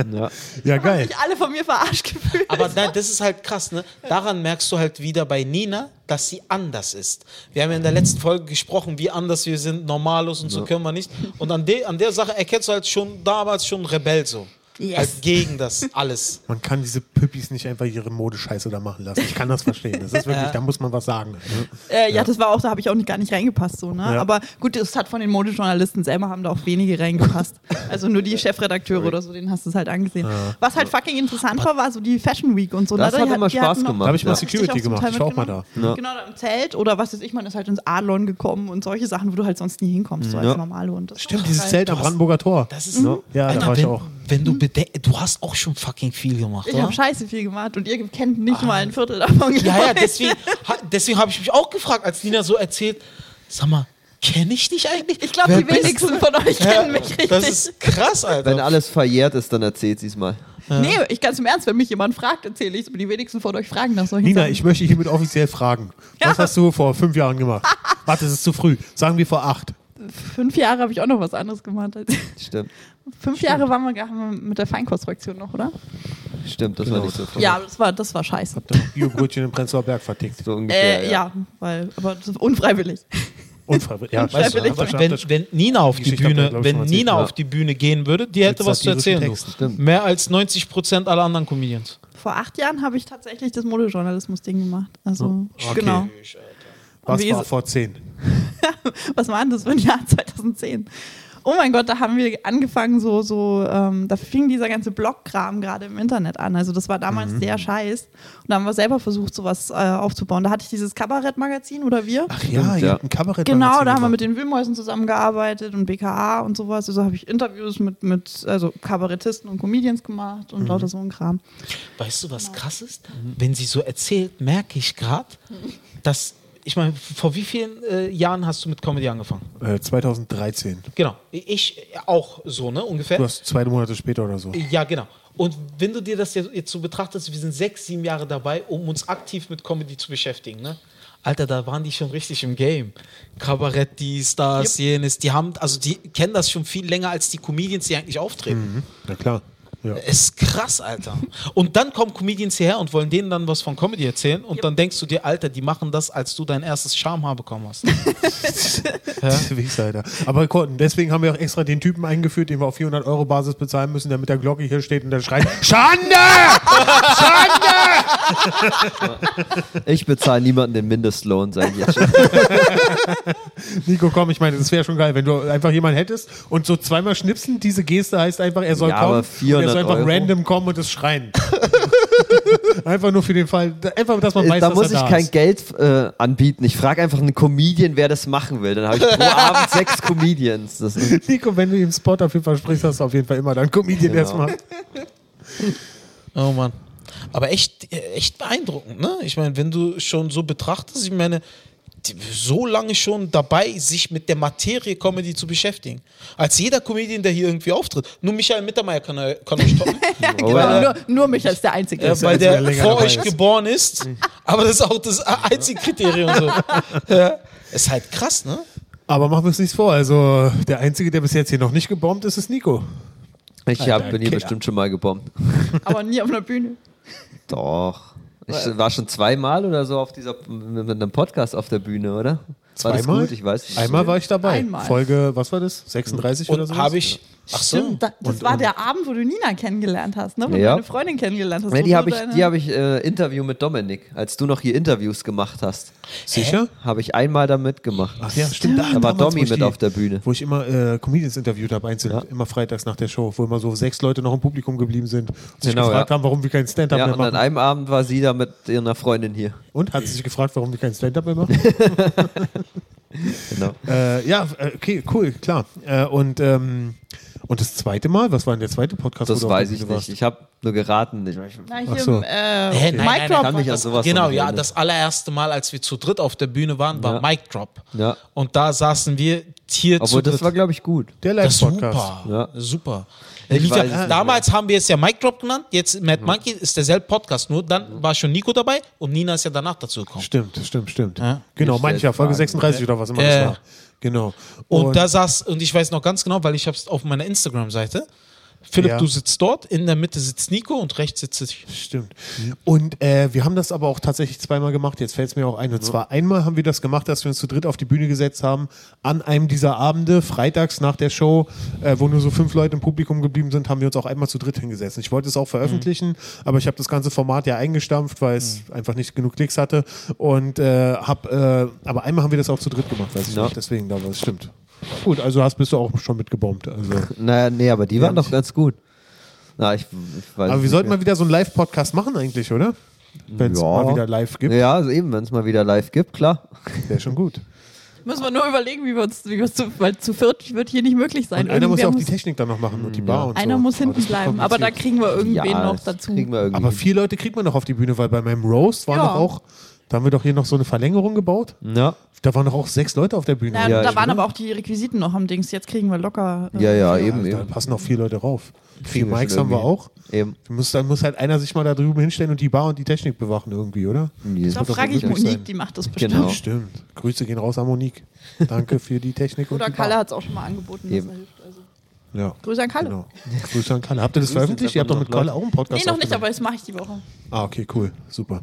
[SPEAKER 2] weiter. Ja,
[SPEAKER 4] Haben
[SPEAKER 2] geil.
[SPEAKER 4] sich alle von mir verarscht gefühlt.
[SPEAKER 1] Aber nein, das ist halt krass, ne? Daran merkst du halt wieder bei Nina, dass sie anders ist. Wir haben ja in der letzten Folge gesprochen, wie anders wir sind, normalos und so können wir nicht. Und an, de, an der Sache erkennst du halt schon damals schon Rebell so.
[SPEAKER 4] Yes.
[SPEAKER 1] Halt gegen das alles.
[SPEAKER 2] Man kann diese Püppis nicht einfach ihre Modescheiße da machen lassen. Ich kann das verstehen. Das ist wirklich, da muss man was sagen.
[SPEAKER 4] Äh, ja, das war auch, da habe ich auch nicht, gar nicht reingepasst. So, ne?
[SPEAKER 2] Ja.
[SPEAKER 4] Aber gut, es hat von den Modejournalisten selber haben da auch wenige reingepasst. Also nur die Chefredakteure oder so, denen hast du es halt angesehen. Was halt fucking interessant war, war so die Fashion Week und so.
[SPEAKER 3] Das
[SPEAKER 4] ne? Die
[SPEAKER 3] hat immer
[SPEAKER 4] die
[SPEAKER 3] Spaß
[SPEAKER 4] hatten noch-
[SPEAKER 2] Da
[SPEAKER 3] gemacht.
[SPEAKER 2] habe ich mal
[SPEAKER 3] ja.
[SPEAKER 4] richtig
[SPEAKER 2] Security
[SPEAKER 4] auch zum
[SPEAKER 2] gemacht.
[SPEAKER 4] Teil
[SPEAKER 2] Ich war auch mal da.
[SPEAKER 4] mitgenommen. Genau, da im Zelt oder was weiß ich, man ist halt ins Adlon gekommen und solche Sachen, wo du halt sonst nie hinkommst, so als
[SPEAKER 3] Ja.
[SPEAKER 4] Normale. Und Oh, das
[SPEAKER 2] Stimmt, dieses Zelt am Brandenburger Tor. Ne?
[SPEAKER 1] Das ist so.
[SPEAKER 2] Ja, da war ich
[SPEAKER 1] wenn,
[SPEAKER 2] auch.
[SPEAKER 1] Wenn du bedenkst, du hast auch schon fucking viel gemacht,
[SPEAKER 4] Ich
[SPEAKER 1] oder?
[SPEAKER 4] habe scheiße viel gemacht und ihr kennt nicht mal ein Viertel davon.
[SPEAKER 1] Ja,
[SPEAKER 4] glaub
[SPEAKER 1] ja,
[SPEAKER 4] ich.
[SPEAKER 1] deswegen, ha, deswegen habe ich mich auch gefragt, als Nina so erzählt, sag mal, kenne ich dich eigentlich?
[SPEAKER 4] Ich glaube,
[SPEAKER 1] Wer
[SPEAKER 4] die
[SPEAKER 1] bist
[SPEAKER 4] wenigsten von euch
[SPEAKER 1] du?
[SPEAKER 4] kennen mich richtig.
[SPEAKER 1] Das ist krass, Alter.
[SPEAKER 3] Wenn alles verjährt ist, dann erzählt sie es mal.
[SPEAKER 4] Nee, ich ganz im Ernst, wenn mich jemand fragt, erzähle ich es, aber die wenigsten von euch fragen nach solchen
[SPEAKER 2] Nina,
[SPEAKER 4] Sachen.
[SPEAKER 2] ich möchte hiermit offiziell fragen. Was
[SPEAKER 4] Ja.
[SPEAKER 2] hast du vor fünf Jahren gemacht? Warte, es ist zu früh. Sagen wir vor acht.
[SPEAKER 4] Fünf Jahre habe ich auch noch was anderes gemacht. als-
[SPEAKER 3] Stimmt.
[SPEAKER 4] Fünf Jahre waren wir, gar- haben wir mit der Feinkostfraktion noch, oder?
[SPEAKER 3] Stimmt, das war
[SPEAKER 2] Genau.
[SPEAKER 3] nicht so
[SPEAKER 4] Ja, das war, das war scheiße.
[SPEAKER 2] Biobrötchen im Prenzlauer Berg vertickt.
[SPEAKER 3] So ungefähr,
[SPEAKER 4] Äh, ja. weil, aber das ist unfreiwillig.
[SPEAKER 2] Unfreiwillig. Ja,
[SPEAKER 1] Weißt du,
[SPEAKER 4] Schreib mir
[SPEAKER 1] aber
[SPEAKER 4] nicht
[SPEAKER 1] wenn, wenn Nina auf die
[SPEAKER 2] Geschichte habt ihr,
[SPEAKER 1] Bühne,
[SPEAKER 2] glaub ich,
[SPEAKER 1] wenn
[SPEAKER 2] schon erzählt,
[SPEAKER 1] Nina
[SPEAKER 2] ja.
[SPEAKER 1] auf die Bühne gehen würde, die hätte
[SPEAKER 2] Mit
[SPEAKER 1] was zu
[SPEAKER 2] satirischen
[SPEAKER 1] erzählen.
[SPEAKER 2] Texten.
[SPEAKER 1] Du.
[SPEAKER 3] Stimmt.
[SPEAKER 1] Mehr als 90 Prozent aller anderen Comedians.
[SPEAKER 4] Vor acht Jahren habe ich tatsächlich das Modejournalismus-Ding gemacht. Also,
[SPEAKER 2] Okay.
[SPEAKER 4] genau.
[SPEAKER 2] Was
[SPEAKER 4] Wie
[SPEAKER 2] war
[SPEAKER 4] ist-
[SPEAKER 2] vor zehn?
[SPEAKER 4] Was war denn das für ein Jahr 2010? Oh mein Gott, da haben wir angefangen, so, so, ähm, da fing dieser ganze Blog-Kram gerade im Internet an. Also das war damals
[SPEAKER 3] Mhm.
[SPEAKER 4] der Scheiß. Und da haben wir selber versucht, sowas äh, aufzubauen. Da hatte ich dieses Kabarettmagazin oder wir.
[SPEAKER 2] Ach ja, ihr
[SPEAKER 3] ja.
[SPEAKER 2] habt ein Kabarett.
[SPEAKER 4] Genau, da haben wir mit den Wühlmäusen zusammengearbeitet und BKA und sowas. Also habe ich Interviews mit, mit also Kabarettisten und Comedians gemacht
[SPEAKER 3] Mhm.
[SPEAKER 4] und lauter so ein Kram.
[SPEAKER 1] Weißt du, was krass ist? Wenn sie so erzählt, merke ich gerade, dass, ich meine, vor wie vielen äh, Jahren hast du mit Comedy angefangen?
[SPEAKER 2] Äh, 2013.
[SPEAKER 1] Genau. Ich äh, auch so, ne, ungefähr.
[SPEAKER 2] Du hast zwei Monate später oder so.
[SPEAKER 1] Ja, genau. Und wenn du dir das jetzt jetzt so betrachtest, wir sind sechs, sieben Jahre dabei, um uns aktiv mit Comedy zu beschäftigen, ne? Alter, da waren die schon richtig im Game. Kabarett, dies, das, jenes. Die haben, also die kennen das schon viel länger als die Comedians, die eigentlich auftreten.
[SPEAKER 2] Na klar. Ja.
[SPEAKER 1] Ist krass, Alter. Und dann kommen Comedians hierher und wollen denen dann was von Comedy erzählen. Und dann denkst du dir, Alter, die machen das, als du dein erstes Schamhaar bekommen hast.
[SPEAKER 2] Diese Wichser, Alter. Aber Gordon, deswegen haben wir auch extra den Typen eingeführt, den wir auf 400 Euro Basis bezahlen müssen, der mit der Glocke hier steht und der schreit: Schande! Schande!
[SPEAKER 3] Ich bezahle niemanden den Mindestlohn, sage ich jetzt schon.
[SPEAKER 2] Nico, komm, ich meine, das wäre schon geil, wenn du einfach jemanden hättest und so zweimal schnipsen, diese Geste heißt einfach, er soll
[SPEAKER 3] Ja, aber
[SPEAKER 2] kommen. und er
[SPEAKER 3] 400
[SPEAKER 2] soll einfach
[SPEAKER 3] Euro.
[SPEAKER 2] random kommen und es schreien. einfach nur für den Fall, einfach, dass man weiß,
[SPEAKER 3] Äh, da
[SPEAKER 2] dass
[SPEAKER 3] muss
[SPEAKER 2] er
[SPEAKER 3] ich
[SPEAKER 2] da
[SPEAKER 3] kein
[SPEAKER 2] ist.
[SPEAKER 3] Geld äh, anbieten. Ich frage einfach einen Comedian, wer das machen will. Dann habe ich pro Abend sechs Comedians. Das ist,
[SPEAKER 2] Nico, wenn du ihm Spot auf jeden Fall sprichst, hast du auf jeden Fall immer dann Comedian
[SPEAKER 3] Genau.
[SPEAKER 2] erstmal.
[SPEAKER 1] Oh Mann. Aber echt, äh, echt beeindruckend, ne? Ich meine, wenn du schon so betrachtest, ich meine, die- so lange schon dabei, sich mit der Materie Comedy zu beschäftigen. Als jeder Comedian, der hier irgendwie auftritt. Nur Michael Mittermeier kann, er- kann euch toppen,
[SPEAKER 3] oder?
[SPEAKER 4] Genau, nur, nur mich als der Einzige.
[SPEAKER 1] äh, weil
[SPEAKER 2] jetzt wieder
[SPEAKER 1] der
[SPEAKER 2] länger
[SPEAKER 1] vor
[SPEAKER 2] dabei
[SPEAKER 1] euch
[SPEAKER 2] ist.
[SPEAKER 1] geboren ist. Aber das ist auch das einzige Kriterium. So. ja. Ist halt krass, ne?
[SPEAKER 2] Aber machen wir uns nichts vor. Also, der Einzige, der bis jetzt hier noch nicht gebombt ist, ist Nico.
[SPEAKER 3] Ich hab,
[SPEAKER 2] Alter,
[SPEAKER 3] bin hier
[SPEAKER 2] Killer.
[SPEAKER 3] bestimmt schon mal gebombt.
[SPEAKER 4] Aber nie auf einer Bühne.
[SPEAKER 3] Doch. Ich war schon zweimal oder so auf dieser mit einem Podcast auf der Bühne, oder? War das
[SPEAKER 2] Zweimal?
[SPEAKER 3] gut? Ich weiß nicht.
[SPEAKER 2] Einmal war ich dabei.
[SPEAKER 4] Einmal.
[SPEAKER 2] Folge, was war das? 36 oder
[SPEAKER 1] Und
[SPEAKER 2] so?
[SPEAKER 1] habe ich. Ach so.
[SPEAKER 4] Stimmt, da, das war der Abend, wo du Nina kennengelernt hast, ne? Wo
[SPEAKER 3] Ja.
[SPEAKER 4] du deine Freundin kennengelernt hast.
[SPEAKER 3] Nee,
[SPEAKER 4] wo
[SPEAKER 3] die
[SPEAKER 4] du
[SPEAKER 3] habe ich,
[SPEAKER 4] deine-
[SPEAKER 3] die hab ich äh, Interview mit Dominik, als du noch hier Interviews gemacht hast.
[SPEAKER 2] Sicher?
[SPEAKER 3] Habe ich einmal da mitgemacht.
[SPEAKER 2] Ach ja, stimmt. Ah,
[SPEAKER 3] Da war
[SPEAKER 2] damals,
[SPEAKER 3] Domi
[SPEAKER 2] wo ich
[SPEAKER 3] mit
[SPEAKER 2] die-
[SPEAKER 3] auf der Bühne.
[SPEAKER 2] Wo ich immer äh, Comedians interviewt habe, einzeln, immer freitags nach der Show, wo immer so sechs Leute noch im Publikum geblieben sind und sich
[SPEAKER 3] Genau,
[SPEAKER 2] gefragt
[SPEAKER 3] ja.
[SPEAKER 2] haben, warum wir kein Stand-Up
[SPEAKER 3] Ja,
[SPEAKER 2] mehr
[SPEAKER 3] und an
[SPEAKER 2] machen.
[SPEAKER 3] einem Abend war sie da mit ihrer Freundin hier.
[SPEAKER 2] Und hat sie sich gefragt, warum wir kein Stand-Up mehr machen?
[SPEAKER 3] Genau.
[SPEAKER 2] äh, ja, äh, okay, cool, klar. Äh, und, ähm, und das zweite Mal, was war denn der zweite Podcast? wo
[SPEAKER 3] Das
[SPEAKER 2] du auf der
[SPEAKER 3] weiß ich
[SPEAKER 2] Bühne warst?
[SPEAKER 3] nicht. Ich habe nur geraten. Ich,
[SPEAKER 4] Na,
[SPEAKER 2] Ach
[SPEAKER 4] hier
[SPEAKER 2] so.
[SPEAKER 4] im, äh,
[SPEAKER 1] Hä, nein, nein,
[SPEAKER 4] Mic
[SPEAKER 1] nein,
[SPEAKER 4] Drop.
[SPEAKER 3] kann mich an
[SPEAKER 4] war-
[SPEAKER 3] sowas
[SPEAKER 1] Genau,
[SPEAKER 3] noch
[SPEAKER 1] ja,
[SPEAKER 3] erinnern.
[SPEAKER 1] das allererste Mal, als wir zu dritt auf der Bühne waren, war
[SPEAKER 3] Ja.
[SPEAKER 1] Mic Drop.
[SPEAKER 3] Ja.
[SPEAKER 1] Und da saßen wir hier zu
[SPEAKER 3] Obwohl,
[SPEAKER 1] dritt.
[SPEAKER 3] das war, glaube ich, gut.
[SPEAKER 2] Der
[SPEAKER 1] das
[SPEAKER 2] Live-Podcast.
[SPEAKER 1] super.
[SPEAKER 3] Ja.
[SPEAKER 1] Super.
[SPEAKER 3] Ich
[SPEAKER 1] Lief
[SPEAKER 3] weiß es
[SPEAKER 1] ja,
[SPEAKER 3] nicht Mhm.
[SPEAKER 1] damals haben wir es ja Mic Drop genannt, jetzt Mad Monkey ist derselbe Podcast, nur dann war schon Nico dabei und Nina ist ja danach dazu gekommen.
[SPEAKER 2] Stimmt, stimmt, stimmt.
[SPEAKER 1] Ja.
[SPEAKER 2] Genau,
[SPEAKER 3] Ich
[SPEAKER 2] mancher,
[SPEAKER 3] stell
[SPEAKER 2] Folge
[SPEAKER 3] Fragen.
[SPEAKER 2] 36 oder was immer
[SPEAKER 1] Äh.
[SPEAKER 2] das war. Genau.
[SPEAKER 1] Und, da saß, und ich weiß noch ganz genau, weil ich habe es auf meiner Instagram-Seite. Philipp,
[SPEAKER 2] Ja.
[SPEAKER 1] du sitzt dort, in der Mitte sitzt Nico und rechts sitze ich.
[SPEAKER 2] Stimmt.
[SPEAKER 3] Mhm.
[SPEAKER 2] Und äh, wir haben das aber auch tatsächlich zweimal gemacht. Jetzt fällt es mir auch ein. Und zwar einmal haben wir das gemacht, dass wir uns zu dritt auf die Bühne gesetzt haben, an einem dieser Abende, freitags nach der Show, äh, wo nur so fünf Leute im Publikum geblieben sind, haben wir uns auch einmal zu dritt hingesetzt. Und Ich wollte es auch veröffentlichen,
[SPEAKER 3] Mhm.
[SPEAKER 2] aber ich habe das ganze Format ja eingestampft, weil es einfach nicht genug Klicks hatte. Und äh, hab, äh, aber einmal haben wir das auch zu dritt gemacht, weiß ich
[SPEAKER 3] Ja.
[SPEAKER 2] nicht. Deswegen, da war es stimmt. Gut, also hast bist du auch schon mitgebombt. Also.
[SPEAKER 3] Naja, nee, aber die waren doch ganz gut. Na, ich, ich weiß
[SPEAKER 2] Aber wir
[SPEAKER 3] nicht
[SPEAKER 2] sollten
[SPEAKER 3] mehr.
[SPEAKER 2] mal wieder so einen Live-Podcast machen eigentlich, oder? Wenn es
[SPEAKER 3] Also, Ja.
[SPEAKER 2] mal wieder live gibt,
[SPEAKER 3] Ja, also eben, wenn es mal wieder live gibt, klar.
[SPEAKER 2] wäre schon gut.
[SPEAKER 4] Müssen wir nur überlegen, wie wir uns, wie wir uns zu, weil zu viert wird hier nicht möglich sein.
[SPEAKER 2] Und einer muss ja
[SPEAKER 4] Irgendwer
[SPEAKER 2] auch die Technik dann noch machen und die Bar und
[SPEAKER 4] einer
[SPEAKER 2] so.
[SPEAKER 4] muss
[SPEAKER 2] Aber
[SPEAKER 4] hinten
[SPEAKER 2] das wird
[SPEAKER 4] bleiben, aber da
[SPEAKER 2] kompliziert.
[SPEAKER 4] kriegen wir irgendwen
[SPEAKER 3] ja,
[SPEAKER 4] noch
[SPEAKER 3] das
[SPEAKER 4] dazu.
[SPEAKER 3] Kriegen wir irgendwie.
[SPEAKER 2] Aber vier Leute kriegt man noch auf die Bühne, weil bei meinem Roast waren
[SPEAKER 4] Ja.
[SPEAKER 2] doch auch, da haben wir doch hier noch so eine Verlängerung gebaut.
[SPEAKER 3] ja.
[SPEAKER 2] Da waren doch auch sechs Leute auf der Bühne.
[SPEAKER 4] Na,
[SPEAKER 3] Ja,
[SPEAKER 4] da
[SPEAKER 3] ich-
[SPEAKER 4] waren aber auch die Requisiten noch am Dings. Jetzt kriegen wir locker. äh,
[SPEAKER 3] ja, ja, eben,
[SPEAKER 2] Also, da
[SPEAKER 3] eben.
[SPEAKER 2] passen noch vier Leute rauf. Vier
[SPEAKER 3] Kriegen wir
[SPEAKER 2] Mics
[SPEAKER 3] schon
[SPEAKER 2] haben wir
[SPEAKER 3] irgendwie
[SPEAKER 2] auch.
[SPEAKER 3] eben.
[SPEAKER 2] Da muss, dann muss halt einer sich mal da drüben hinstellen und die Bar und die Technik bewachen irgendwie, oder?
[SPEAKER 4] Da
[SPEAKER 2] doch
[SPEAKER 4] frage ich
[SPEAKER 2] möglich
[SPEAKER 4] Monique,
[SPEAKER 2] sein.
[SPEAKER 4] die macht das bestimmt.
[SPEAKER 3] Genau.
[SPEAKER 2] Stimmt. Grüße gehen raus an Monique. Danke für die Technik und
[SPEAKER 4] Oder
[SPEAKER 2] die
[SPEAKER 4] Kalle
[SPEAKER 2] Bar.
[SPEAKER 4] hat es auch schon mal angeboten,
[SPEAKER 3] Eben.
[SPEAKER 4] dass er hilft. Also.
[SPEAKER 2] Ja.
[SPEAKER 4] Grüße an Kalle.
[SPEAKER 2] Genau. Grüße an Kalle. Habt ihr das
[SPEAKER 3] Grüße
[SPEAKER 2] veröffentlicht? Ihr habt doch
[SPEAKER 3] jetzt
[SPEAKER 2] mit
[SPEAKER 3] einfach
[SPEAKER 2] Kalle
[SPEAKER 3] noch
[SPEAKER 2] auch einen Podcast
[SPEAKER 4] Nee, noch nicht,
[SPEAKER 2] aufgenommen.
[SPEAKER 4] aber das mache ich die Woche.
[SPEAKER 2] Ah, okay, cool. Super.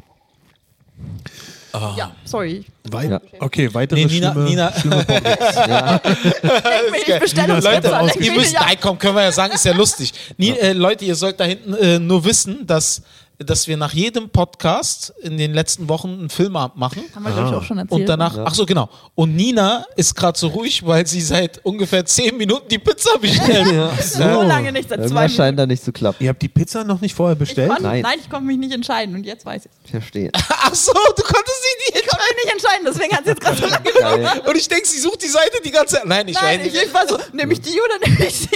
[SPEAKER 1] Ah.
[SPEAKER 4] Ja, sorry.
[SPEAKER 2] Wei
[SPEAKER 3] Ja.
[SPEAKER 2] Okay, weitere
[SPEAKER 1] Nee, Nina,
[SPEAKER 2] schlimme,
[SPEAKER 1] Nina.
[SPEAKER 2] schlimme Bombings.
[SPEAKER 4] Denk mir, ich bestelle uns
[SPEAKER 1] Leute,
[SPEAKER 4] jetzt an. Denk
[SPEAKER 1] ihr
[SPEAKER 4] mir,
[SPEAKER 1] müsst,
[SPEAKER 4] ja.
[SPEAKER 1] nein, komm, können wir ja sagen, ist ja lustig. Nie, äh, Leute, ihr sollt da hinten äh, nur wissen, dass, dass wir nach jedem Podcast in den letzten Wochen einen Filmabend machen.
[SPEAKER 4] Haben wir, glaube ich, auch schon erzählt.
[SPEAKER 1] Ah.
[SPEAKER 4] ne?
[SPEAKER 1] Und danach, ach so, genau. Und Nina ist gerade so ruhig, weil sie seit ungefähr 10 Minuten die Pizza bestellt.
[SPEAKER 4] so lange nicht, seit zwei
[SPEAKER 3] Irgendwas
[SPEAKER 4] Minuten.
[SPEAKER 3] scheint da nicht zu klappen.
[SPEAKER 2] Ihr habt die Pizza noch nicht vorher
[SPEAKER 4] Ich
[SPEAKER 2] Äh, bestellt?
[SPEAKER 4] konnte,
[SPEAKER 3] Nein.
[SPEAKER 4] nein. ich konnte mich nicht entscheiden und jetzt weiß ich
[SPEAKER 3] Ich verstehe.
[SPEAKER 1] Ach so, du konntest sie nicht
[SPEAKER 4] Ich konnte mich nicht entscheiden, deswegen hat es jetzt gerade so lange gedauert.
[SPEAKER 3] Geil.
[SPEAKER 1] entscheiden. Und ich denke, sie sucht die Seite die ganze Zeit. Nein, ich
[SPEAKER 4] Nein,
[SPEAKER 1] weiß
[SPEAKER 4] ich,
[SPEAKER 1] nicht.
[SPEAKER 4] ich war so, nehme ich die oder nehme ich sie?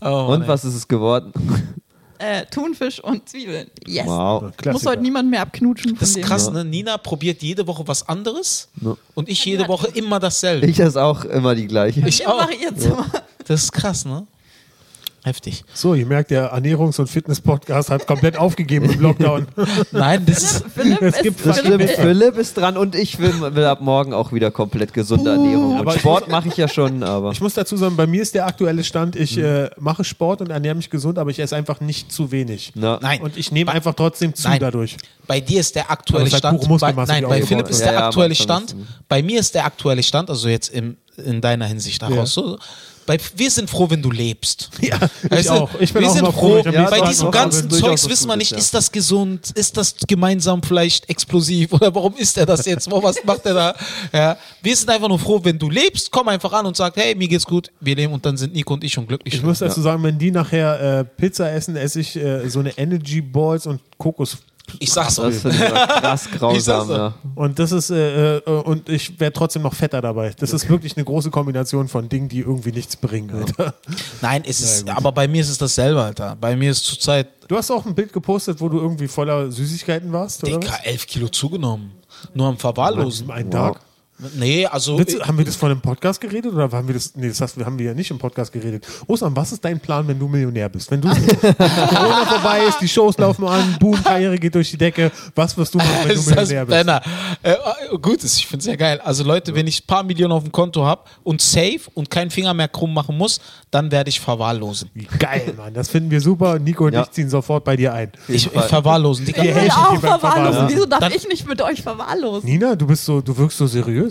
[SPEAKER 1] Oh,
[SPEAKER 3] Und
[SPEAKER 1] nein.
[SPEAKER 3] was ist es geworden?
[SPEAKER 4] Äh, Thunfisch und Zwiebeln. Yes.
[SPEAKER 3] Wow.
[SPEAKER 4] Muss heute niemand mehr abknutschen. Von
[SPEAKER 1] Das ist
[SPEAKER 4] dem.
[SPEAKER 1] krass,
[SPEAKER 3] Ja.
[SPEAKER 1] ne? Nina probiert jede Woche was anderes
[SPEAKER 3] Ja.
[SPEAKER 1] und ich jede Woche immer dasselbe.
[SPEAKER 3] Ich das auch immer die gleiche.
[SPEAKER 1] Ich
[SPEAKER 4] Ich
[SPEAKER 1] auch.
[SPEAKER 4] mache jetzt immer.
[SPEAKER 1] Das ist krass, ne? Heftig.
[SPEAKER 2] So, ihr merkt, der Ernährungs- und Fitness-Podcast hat komplett aufgegeben im Lockdown.
[SPEAKER 1] Nein, das ist.
[SPEAKER 4] Philipp
[SPEAKER 2] Es
[SPEAKER 4] ist,
[SPEAKER 2] gibt
[SPEAKER 3] Das
[SPEAKER 4] Philipp
[SPEAKER 3] stimmt,
[SPEAKER 4] ist
[SPEAKER 3] Philipp ist dran und ich will, will ab morgen auch wieder komplett gesunde Ernährung.
[SPEAKER 2] aber
[SPEAKER 3] Und
[SPEAKER 2] ich
[SPEAKER 3] Sport mache ich ja schon, aber.
[SPEAKER 2] Ich muss dazu sagen, bei mir ist der aktuelle Stand, ich
[SPEAKER 1] Mhm.
[SPEAKER 2] äh, mache Sport und ernähre mich gesund, aber ich esse einfach nicht zu wenig.
[SPEAKER 3] Na.
[SPEAKER 1] Nein.
[SPEAKER 2] Und ich nehme einfach trotzdem zu
[SPEAKER 1] Nein.
[SPEAKER 2] dadurch.
[SPEAKER 1] Bei dir ist der
[SPEAKER 2] Aber
[SPEAKER 1] aktuelle
[SPEAKER 2] es hat
[SPEAKER 1] Stand.
[SPEAKER 2] pure Muskelmasse,
[SPEAKER 1] Bei, nein,
[SPEAKER 2] die
[SPEAKER 1] bei
[SPEAKER 2] aufgebaut
[SPEAKER 1] Philipp
[SPEAKER 2] ist.
[SPEAKER 1] ist
[SPEAKER 3] Ja,
[SPEAKER 1] der
[SPEAKER 3] ja,
[SPEAKER 1] aktuelle
[SPEAKER 3] manchmal
[SPEAKER 1] Stand. Bei mir ist der aktuelle Stand, also jetzt im, in deiner Hinsicht daraus so. Bei, wir sind froh, wenn du lebst.
[SPEAKER 2] Ja, ich
[SPEAKER 1] Weißt du,
[SPEAKER 2] auch. Ich bin
[SPEAKER 1] wir
[SPEAKER 2] auch
[SPEAKER 1] sind
[SPEAKER 2] immer froh,
[SPEAKER 1] froh.
[SPEAKER 2] wenn ich am
[SPEAKER 1] Ja,
[SPEAKER 2] nächsten
[SPEAKER 1] bei
[SPEAKER 2] Tag
[SPEAKER 1] diesem
[SPEAKER 3] noch
[SPEAKER 1] ganzen
[SPEAKER 3] arbeite.
[SPEAKER 1] Zeugs
[SPEAKER 3] Durchaus was
[SPEAKER 1] wissen wir nicht,
[SPEAKER 3] Gutes, ja.
[SPEAKER 1] ist das gesund, ist das gemeinsam vielleicht explosiv oder warum ist er das jetzt? Warum, was macht er da? Ja, wir sind einfach nur froh, wenn du lebst, komm einfach an und sag, hey, mir geht's gut, wir leben und dann sind Nico und ich schon glücklich.
[SPEAKER 2] Ich muss dazu sagen, wenn die nachher äh, Pizza essen, esse ich äh, so eine Energy Balls und Kokos.
[SPEAKER 1] ich sag's
[SPEAKER 3] Das
[SPEAKER 1] euch.
[SPEAKER 3] finde ich aber krass grausam. ne?
[SPEAKER 1] so.
[SPEAKER 3] ja.
[SPEAKER 2] Und das ist äh, äh, und ich wäre trotzdem noch fetter dabei. Das ist wirklich eine große Kombination von Dingen, die irgendwie nichts bringen, Alter.
[SPEAKER 1] Nein, es ist, aber bei mir ist es dasselbe, Alter. Bei mir ist zurzeit,
[SPEAKER 2] Du hast auch ein Bild gepostet, wo du irgendwie voller Süßigkeiten warst, oder?
[SPEAKER 1] Digga, 11 Kilo zugenommen. Nur am
[SPEAKER 2] was?
[SPEAKER 1] Verwahrlosen.
[SPEAKER 2] Ein
[SPEAKER 3] Wow.
[SPEAKER 2] Tag.
[SPEAKER 1] Nee, also.
[SPEAKER 2] Witz, haben wir das von einem Podcast geredet oder haben wir das? Nee, das hast- haben wir ja nicht im Podcast geredet. Ostern, was ist dein Plan, wenn du Millionär bist? Wenn du Corona vorbei ist, die Shows laufen an, Boom, Karriere geht durch die Decke. Was wirst du machen, wenn du
[SPEAKER 1] Ist das
[SPEAKER 2] Millionär bist?
[SPEAKER 1] Penner. Äh, äh, gut ist, ich finde es ja geil. Also Leute, wenn ich ein paar Millionen auf dem Konto habe und safe und keinen Finger mehr krumm machen muss, dann werde ich verwahrlosen.
[SPEAKER 2] Geil, Mann, das finden wir super. Nico und
[SPEAKER 3] Ja.
[SPEAKER 2] ich ziehen sofort bei dir ein.
[SPEAKER 1] Ich, ich verwahrlosen, Digga.
[SPEAKER 4] Ich
[SPEAKER 2] Ja.
[SPEAKER 1] Ja.
[SPEAKER 4] will
[SPEAKER 2] helfen dir
[SPEAKER 4] auch
[SPEAKER 2] beim
[SPEAKER 4] verwahrlosen.
[SPEAKER 2] Verwahrlosen.
[SPEAKER 4] Wieso darf
[SPEAKER 1] Dann-
[SPEAKER 4] ich nicht mit euch verwahrlosen?
[SPEAKER 2] Nina, du bist so, du wirkst so seriös.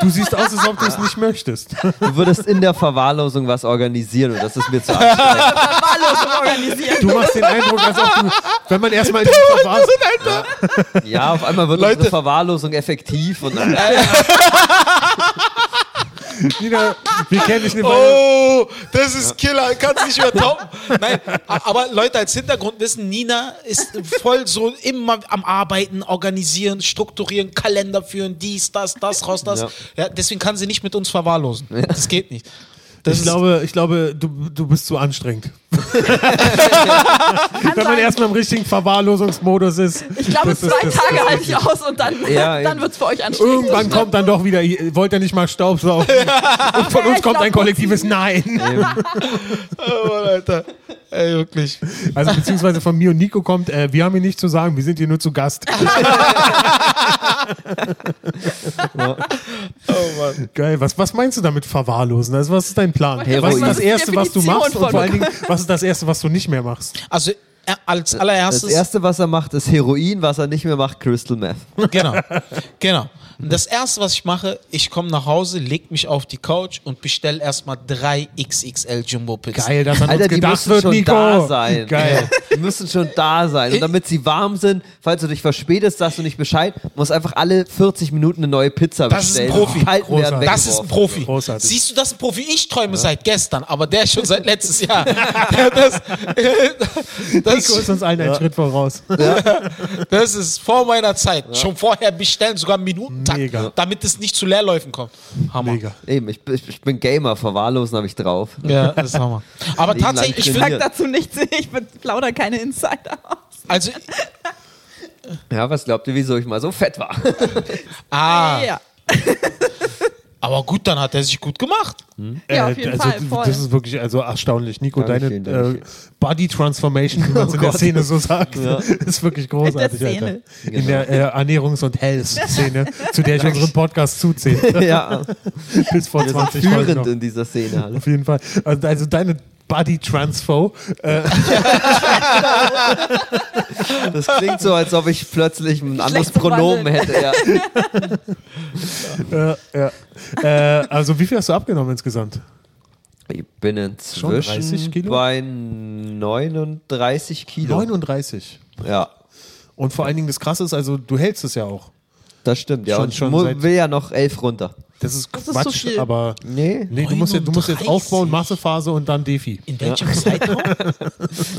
[SPEAKER 2] Du siehst aus, als ob du es nicht möchtest.
[SPEAKER 3] Du würdest in der Verwahrlosung was organisieren und das ist mir zu anstrengend.
[SPEAKER 4] Verwahrlosung Also organisieren.
[SPEAKER 2] Du machst den Eindruck, als ob du, wenn man erstmal in dieser warst,
[SPEAKER 3] Ja, auf einmal wird
[SPEAKER 1] Leute.
[SPEAKER 3] unsere Verwahrlosung effektiv und dann,
[SPEAKER 2] Nina, wir kennen dich nicht mehr.
[SPEAKER 1] Oh, das ist Killer, kannst nicht mehr toppen. Nein, a- aber Leute als Hintergrund wissen, Nina ist voll so immer am Arbeiten, organisieren, strukturieren, Kalender führen, dies, das, das, raus, das. Ja.
[SPEAKER 3] Ja.
[SPEAKER 1] deswegen kann sie nicht mit uns verwahrlosen. Das geht nicht. Das
[SPEAKER 2] Ich
[SPEAKER 1] ist-
[SPEAKER 2] glaube, ich glaube du, du bist zu anstrengend. Wenn man
[SPEAKER 4] sein.
[SPEAKER 2] erstmal im richtigen Verwahrlosungsmodus ist.
[SPEAKER 4] Ich glaube,
[SPEAKER 2] das ist-
[SPEAKER 4] zwei
[SPEAKER 2] das-
[SPEAKER 4] Tage halte ich aus und dann,
[SPEAKER 3] Ja, ja.
[SPEAKER 4] dann wird es für euch anstrengend.
[SPEAKER 2] Irgendwann kommt dann doch wieder, ihr wollt ihr nicht mal Staubsaugen. Und von uns kommt ein kollektives Nein.
[SPEAKER 1] Oh, Mann, Alter. Ey, wirklich.
[SPEAKER 2] Also beziehungsweise von mir und Nico kommt, äh, wir haben hier nichts zu sagen, wir sind hier nur zu Gast.
[SPEAKER 1] Oh, Mann.
[SPEAKER 2] Geil, was, was meinst du damit verwahrlosen? Also was ist dein Plan?
[SPEAKER 3] Heroin.
[SPEAKER 2] Was ist das
[SPEAKER 3] Was
[SPEAKER 4] ist die
[SPEAKER 2] Erste, was du
[SPEAKER 4] Definition
[SPEAKER 2] machst und
[SPEAKER 4] von-
[SPEAKER 2] vor allen Dingen, was ist das Erste, was du nicht mehr machst?
[SPEAKER 1] Also äh, als
[SPEAKER 3] das
[SPEAKER 1] allererstes,
[SPEAKER 3] Erste, was er macht, ist Heroin, was er nicht mehr macht, Crystal Meth.
[SPEAKER 1] genau, genau. Und Das erste, was ich mache, ich komme nach Hause, leg mich auf die Couch und bestell erstmal drei XXL Jumbo Pizzen.
[SPEAKER 2] Geil, dass an
[SPEAKER 3] Alter,
[SPEAKER 2] uns
[SPEAKER 3] die
[SPEAKER 2] gedacht
[SPEAKER 3] müssen
[SPEAKER 2] wird,
[SPEAKER 3] schon
[SPEAKER 2] Nico.
[SPEAKER 3] da sein.
[SPEAKER 2] Geil.
[SPEAKER 3] Die müssen schon da sein. Und damit sie warm sind, falls du dich verspätest, sagst du nicht Bescheid, muss einfach alle 40 Minuten eine neue Pizza
[SPEAKER 1] Das ist ein
[SPEAKER 3] bestellen.
[SPEAKER 1] Profi.
[SPEAKER 3] Die kalten werden
[SPEAKER 2] Großartig.
[SPEAKER 1] Das ist ein
[SPEAKER 3] weggeworfen.
[SPEAKER 1] Profi.
[SPEAKER 2] Großartig.
[SPEAKER 1] Siehst du, das ist ein Profi. Ich träume seit gestern, aber der schon seit letztes Jahr. Der- das,
[SPEAKER 2] Nico ist
[SPEAKER 1] das,
[SPEAKER 2] uns allen einen Schritt voraus.
[SPEAKER 1] das ist vor meiner Zeit. Schon vorher bestellen, sogar im Minutentakt,
[SPEAKER 2] Mega.
[SPEAKER 1] damit es nicht zu Leerläufen kommt. Hammer.
[SPEAKER 2] Mega.
[SPEAKER 3] Eben, ich, ich, ich bin Gamer, verwahrlosen habe ich drauf.
[SPEAKER 1] Ja, das ist Hammer. Aber
[SPEAKER 3] Leben lang
[SPEAKER 1] tatsächlich, ich
[SPEAKER 4] Ich
[SPEAKER 1] finde,
[SPEAKER 4] sag
[SPEAKER 3] trainiert.
[SPEAKER 4] dazu nichts, ich plaudere keine Insider aus.
[SPEAKER 1] also,
[SPEAKER 3] Ja, was glaubt ihr, wieso ich mal so fett war?
[SPEAKER 1] ah,
[SPEAKER 4] Ja,
[SPEAKER 1] aber gut, dann hat er sich gut gemacht.
[SPEAKER 4] ja auf jeden
[SPEAKER 2] also,
[SPEAKER 4] Fall, voll.
[SPEAKER 2] Das ist wirklich also erstaunlich. Nico,
[SPEAKER 3] Dankeschön,
[SPEAKER 2] deine äh,
[SPEAKER 3] Dankeschön. Oh
[SPEAKER 2] Body Transformation, wie man es in der
[SPEAKER 3] Gott.
[SPEAKER 2] Szene so sagt, ist wirklich großartig.
[SPEAKER 4] In der Szene.
[SPEAKER 2] Alter. In der
[SPEAKER 3] Genau.
[SPEAKER 2] äh, Ernährungs- und Health-Szene, zu der ich unseren Podcast zuzähle.
[SPEAKER 3] ja,
[SPEAKER 2] Bis vor
[SPEAKER 3] wir sind
[SPEAKER 2] 20 Folgen
[SPEAKER 3] führend
[SPEAKER 2] noch.
[SPEAKER 3] in dieser Szene. alle.
[SPEAKER 2] Auf jeden Fall. Also, also deine Body Transfo. Äh,
[SPEAKER 3] Das klingt so, als ob ich plötzlich ein anderes
[SPEAKER 4] Geschlechtsverwandelt.
[SPEAKER 3] Pronomen hätte. Ja.
[SPEAKER 2] äh, ja. äh, also wie viel hast du abgenommen insgesamt?
[SPEAKER 3] Ich bin inzwischen
[SPEAKER 2] 30 Kilo?
[SPEAKER 3] bei 39 Kilo.
[SPEAKER 2] 39.
[SPEAKER 3] ja,
[SPEAKER 2] Und vor allen Dingen das Krasse ist, also du hältst es ja auch.
[SPEAKER 3] das stimmt. Ja,
[SPEAKER 2] Schon-
[SPEAKER 3] und ich
[SPEAKER 2] schon
[SPEAKER 3] mu-
[SPEAKER 2] seit-
[SPEAKER 3] will ja noch 11 runter.
[SPEAKER 2] Das ist
[SPEAKER 4] Das ist
[SPEAKER 2] Quatsch,
[SPEAKER 4] zu viel.
[SPEAKER 2] aber
[SPEAKER 3] Nee.
[SPEAKER 2] nee, du musst, ja, du musst jetzt
[SPEAKER 1] 39.
[SPEAKER 2] aufbauen, Massephase und dann Defi.
[SPEAKER 1] In welchem Zeitraum?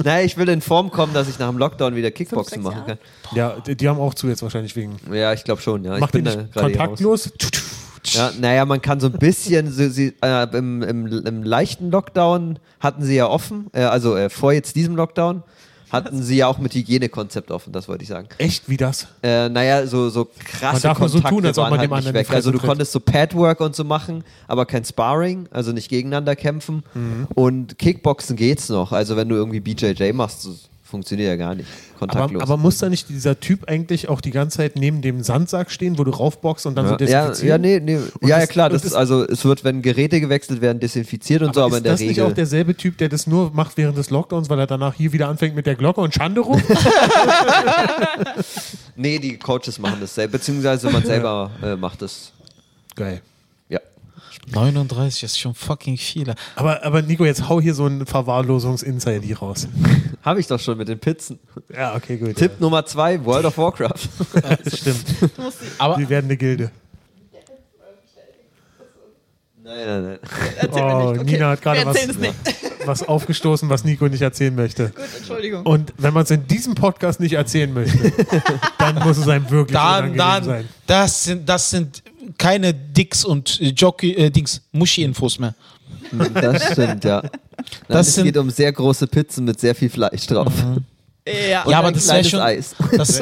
[SPEAKER 3] Nein, ich will in Form kommen, dass ich nach dem Lockdown wieder Kickboxen
[SPEAKER 4] Fünf, sechs
[SPEAKER 3] machen
[SPEAKER 2] Ja, die, die haben auch zu jetzt wahrscheinlich wegen.
[SPEAKER 3] kann. Ja, ich glaube schon. Ja.
[SPEAKER 2] Mach
[SPEAKER 3] ich bin
[SPEAKER 2] den
[SPEAKER 3] da
[SPEAKER 2] nicht
[SPEAKER 3] gerade hier raus.
[SPEAKER 2] kontaktlos.
[SPEAKER 3] Ja, naja, man kann so ein bisschen, so, sie, äh, im, im, im leichten Lockdown hatten sie ja offen, äh, also äh, vor jetzt diesem Lockdown hatten sie ja auch mit Hygienekonzept offen, das wollte ich sagen.
[SPEAKER 2] Echt wie das?
[SPEAKER 3] Äh, naja, so, so krasse
[SPEAKER 2] Man darf nur so
[SPEAKER 3] Kontakte
[SPEAKER 2] tun, als ob
[SPEAKER 3] waren
[SPEAKER 2] man
[SPEAKER 3] halt
[SPEAKER 2] dem
[SPEAKER 3] nicht
[SPEAKER 2] anderen die
[SPEAKER 3] weg.
[SPEAKER 2] Fresse
[SPEAKER 3] Also du
[SPEAKER 2] tritt.
[SPEAKER 3] konntest so Padwork und so machen, aber kein Sparring, also nicht gegeneinander kämpfen.
[SPEAKER 2] Mhm.
[SPEAKER 3] Und Kickboxen geht's noch. Also wenn du irgendwie BJJ machst, das funktioniert ja gar nicht.
[SPEAKER 2] Aber,
[SPEAKER 3] Kontaktlos.
[SPEAKER 2] aber muss da nicht dieser Typ eigentlich auch die ganze Zeit neben dem Sandsack stehen, wo du raufbockst und dann so
[SPEAKER 3] ja, ja,
[SPEAKER 2] desinfizieren?
[SPEAKER 3] ja, nee, nee. ja, ja,
[SPEAKER 2] das-
[SPEAKER 3] klar,
[SPEAKER 2] und
[SPEAKER 3] das
[SPEAKER 2] das-
[SPEAKER 3] ist, also es wird, wenn Geräte gewechselt werden, desinfiziert und so, aber
[SPEAKER 2] ist
[SPEAKER 3] in der
[SPEAKER 2] das nicht auch
[SPEAKER 3] Regel.
[SPEAKER 2] derselbe Typ, der das nur macht während des Lockdowns, weil er danach hier wieder anfängt mit der Glocke und Schande rum?
[SPEAKER 3] Nee, die Coaches machen das selber, beziehungsweise man selber äh, macht das.
[SPEAKER 2] Geil.
[SPEAKER 3] Ja.
[SPEAKER 1] 39 ist schon fucking viel.
[SPEAKER 2] Aber, aber Nico, jetzt hau hier so einen Verwahrlosungs-Insider raus.
[SPEAKER 3] Habe ich doch schon mit den Pizzen.
[SPEAKER 2] Ja, okay, gut.
[SPEAKER 3] Tipp Nummer zwei, World of Warcraft.
[SPEAKER 2] Das stimmt.
[SPEAKER 1] Aber
[SPEAKER 2] Wir werden eine Gilde.
[SPEAKER 3] nein, nein, nein.
[SPEAKER 4] Erzähl mir
[SPEAKER 2] Oh,
[SPEAKER 4] nicht. Okay.
[SPEAKER 2] Nina hat gerade
[SPEAKER 4] Wir erzählen es
[SPEAKER 2] was,
[SPEAKER 4] nicht.
[SPEAKER 2] was aufgestoßen, was Nico nicht erzählen möchte.
[SPEAKER 4] Gut, Entschuldigung.
[SPEAKER 2] Und wenn man es in diesem Podcast nicht erzählen möchte, dann muss es einem wirklich
[SPEAKER 1] dann,
[SPEAKER 2] unangenehm
[SPEAKER 1] dann,
[SPEAKER 2] sein.
[SPEAKER 1] das sind, das sind keine Dicks und äh, Jockey, äh, Dings, Muschi-Infos mehr.
[SPEAKER 3] Das stimmt, ja. Nein,
[SPEAKER 1] Das
[SPEAKER 3] es
[SPEAKER 1] sind-
[SPEAKER 3] geht um sehr große Pizzen mit sehr viel Fleisch drauf.
[SPEAKER 4] Ja,
[SPEAKER 1] ja,
[SPEAKER 3] ein
[SPEAKER 1] aber das wäre
[SPEAKER 3] kleines
[SPEAKER 1] schon.
[SPEAKER 3] Eis.
[SPEAKER 1] Das, das,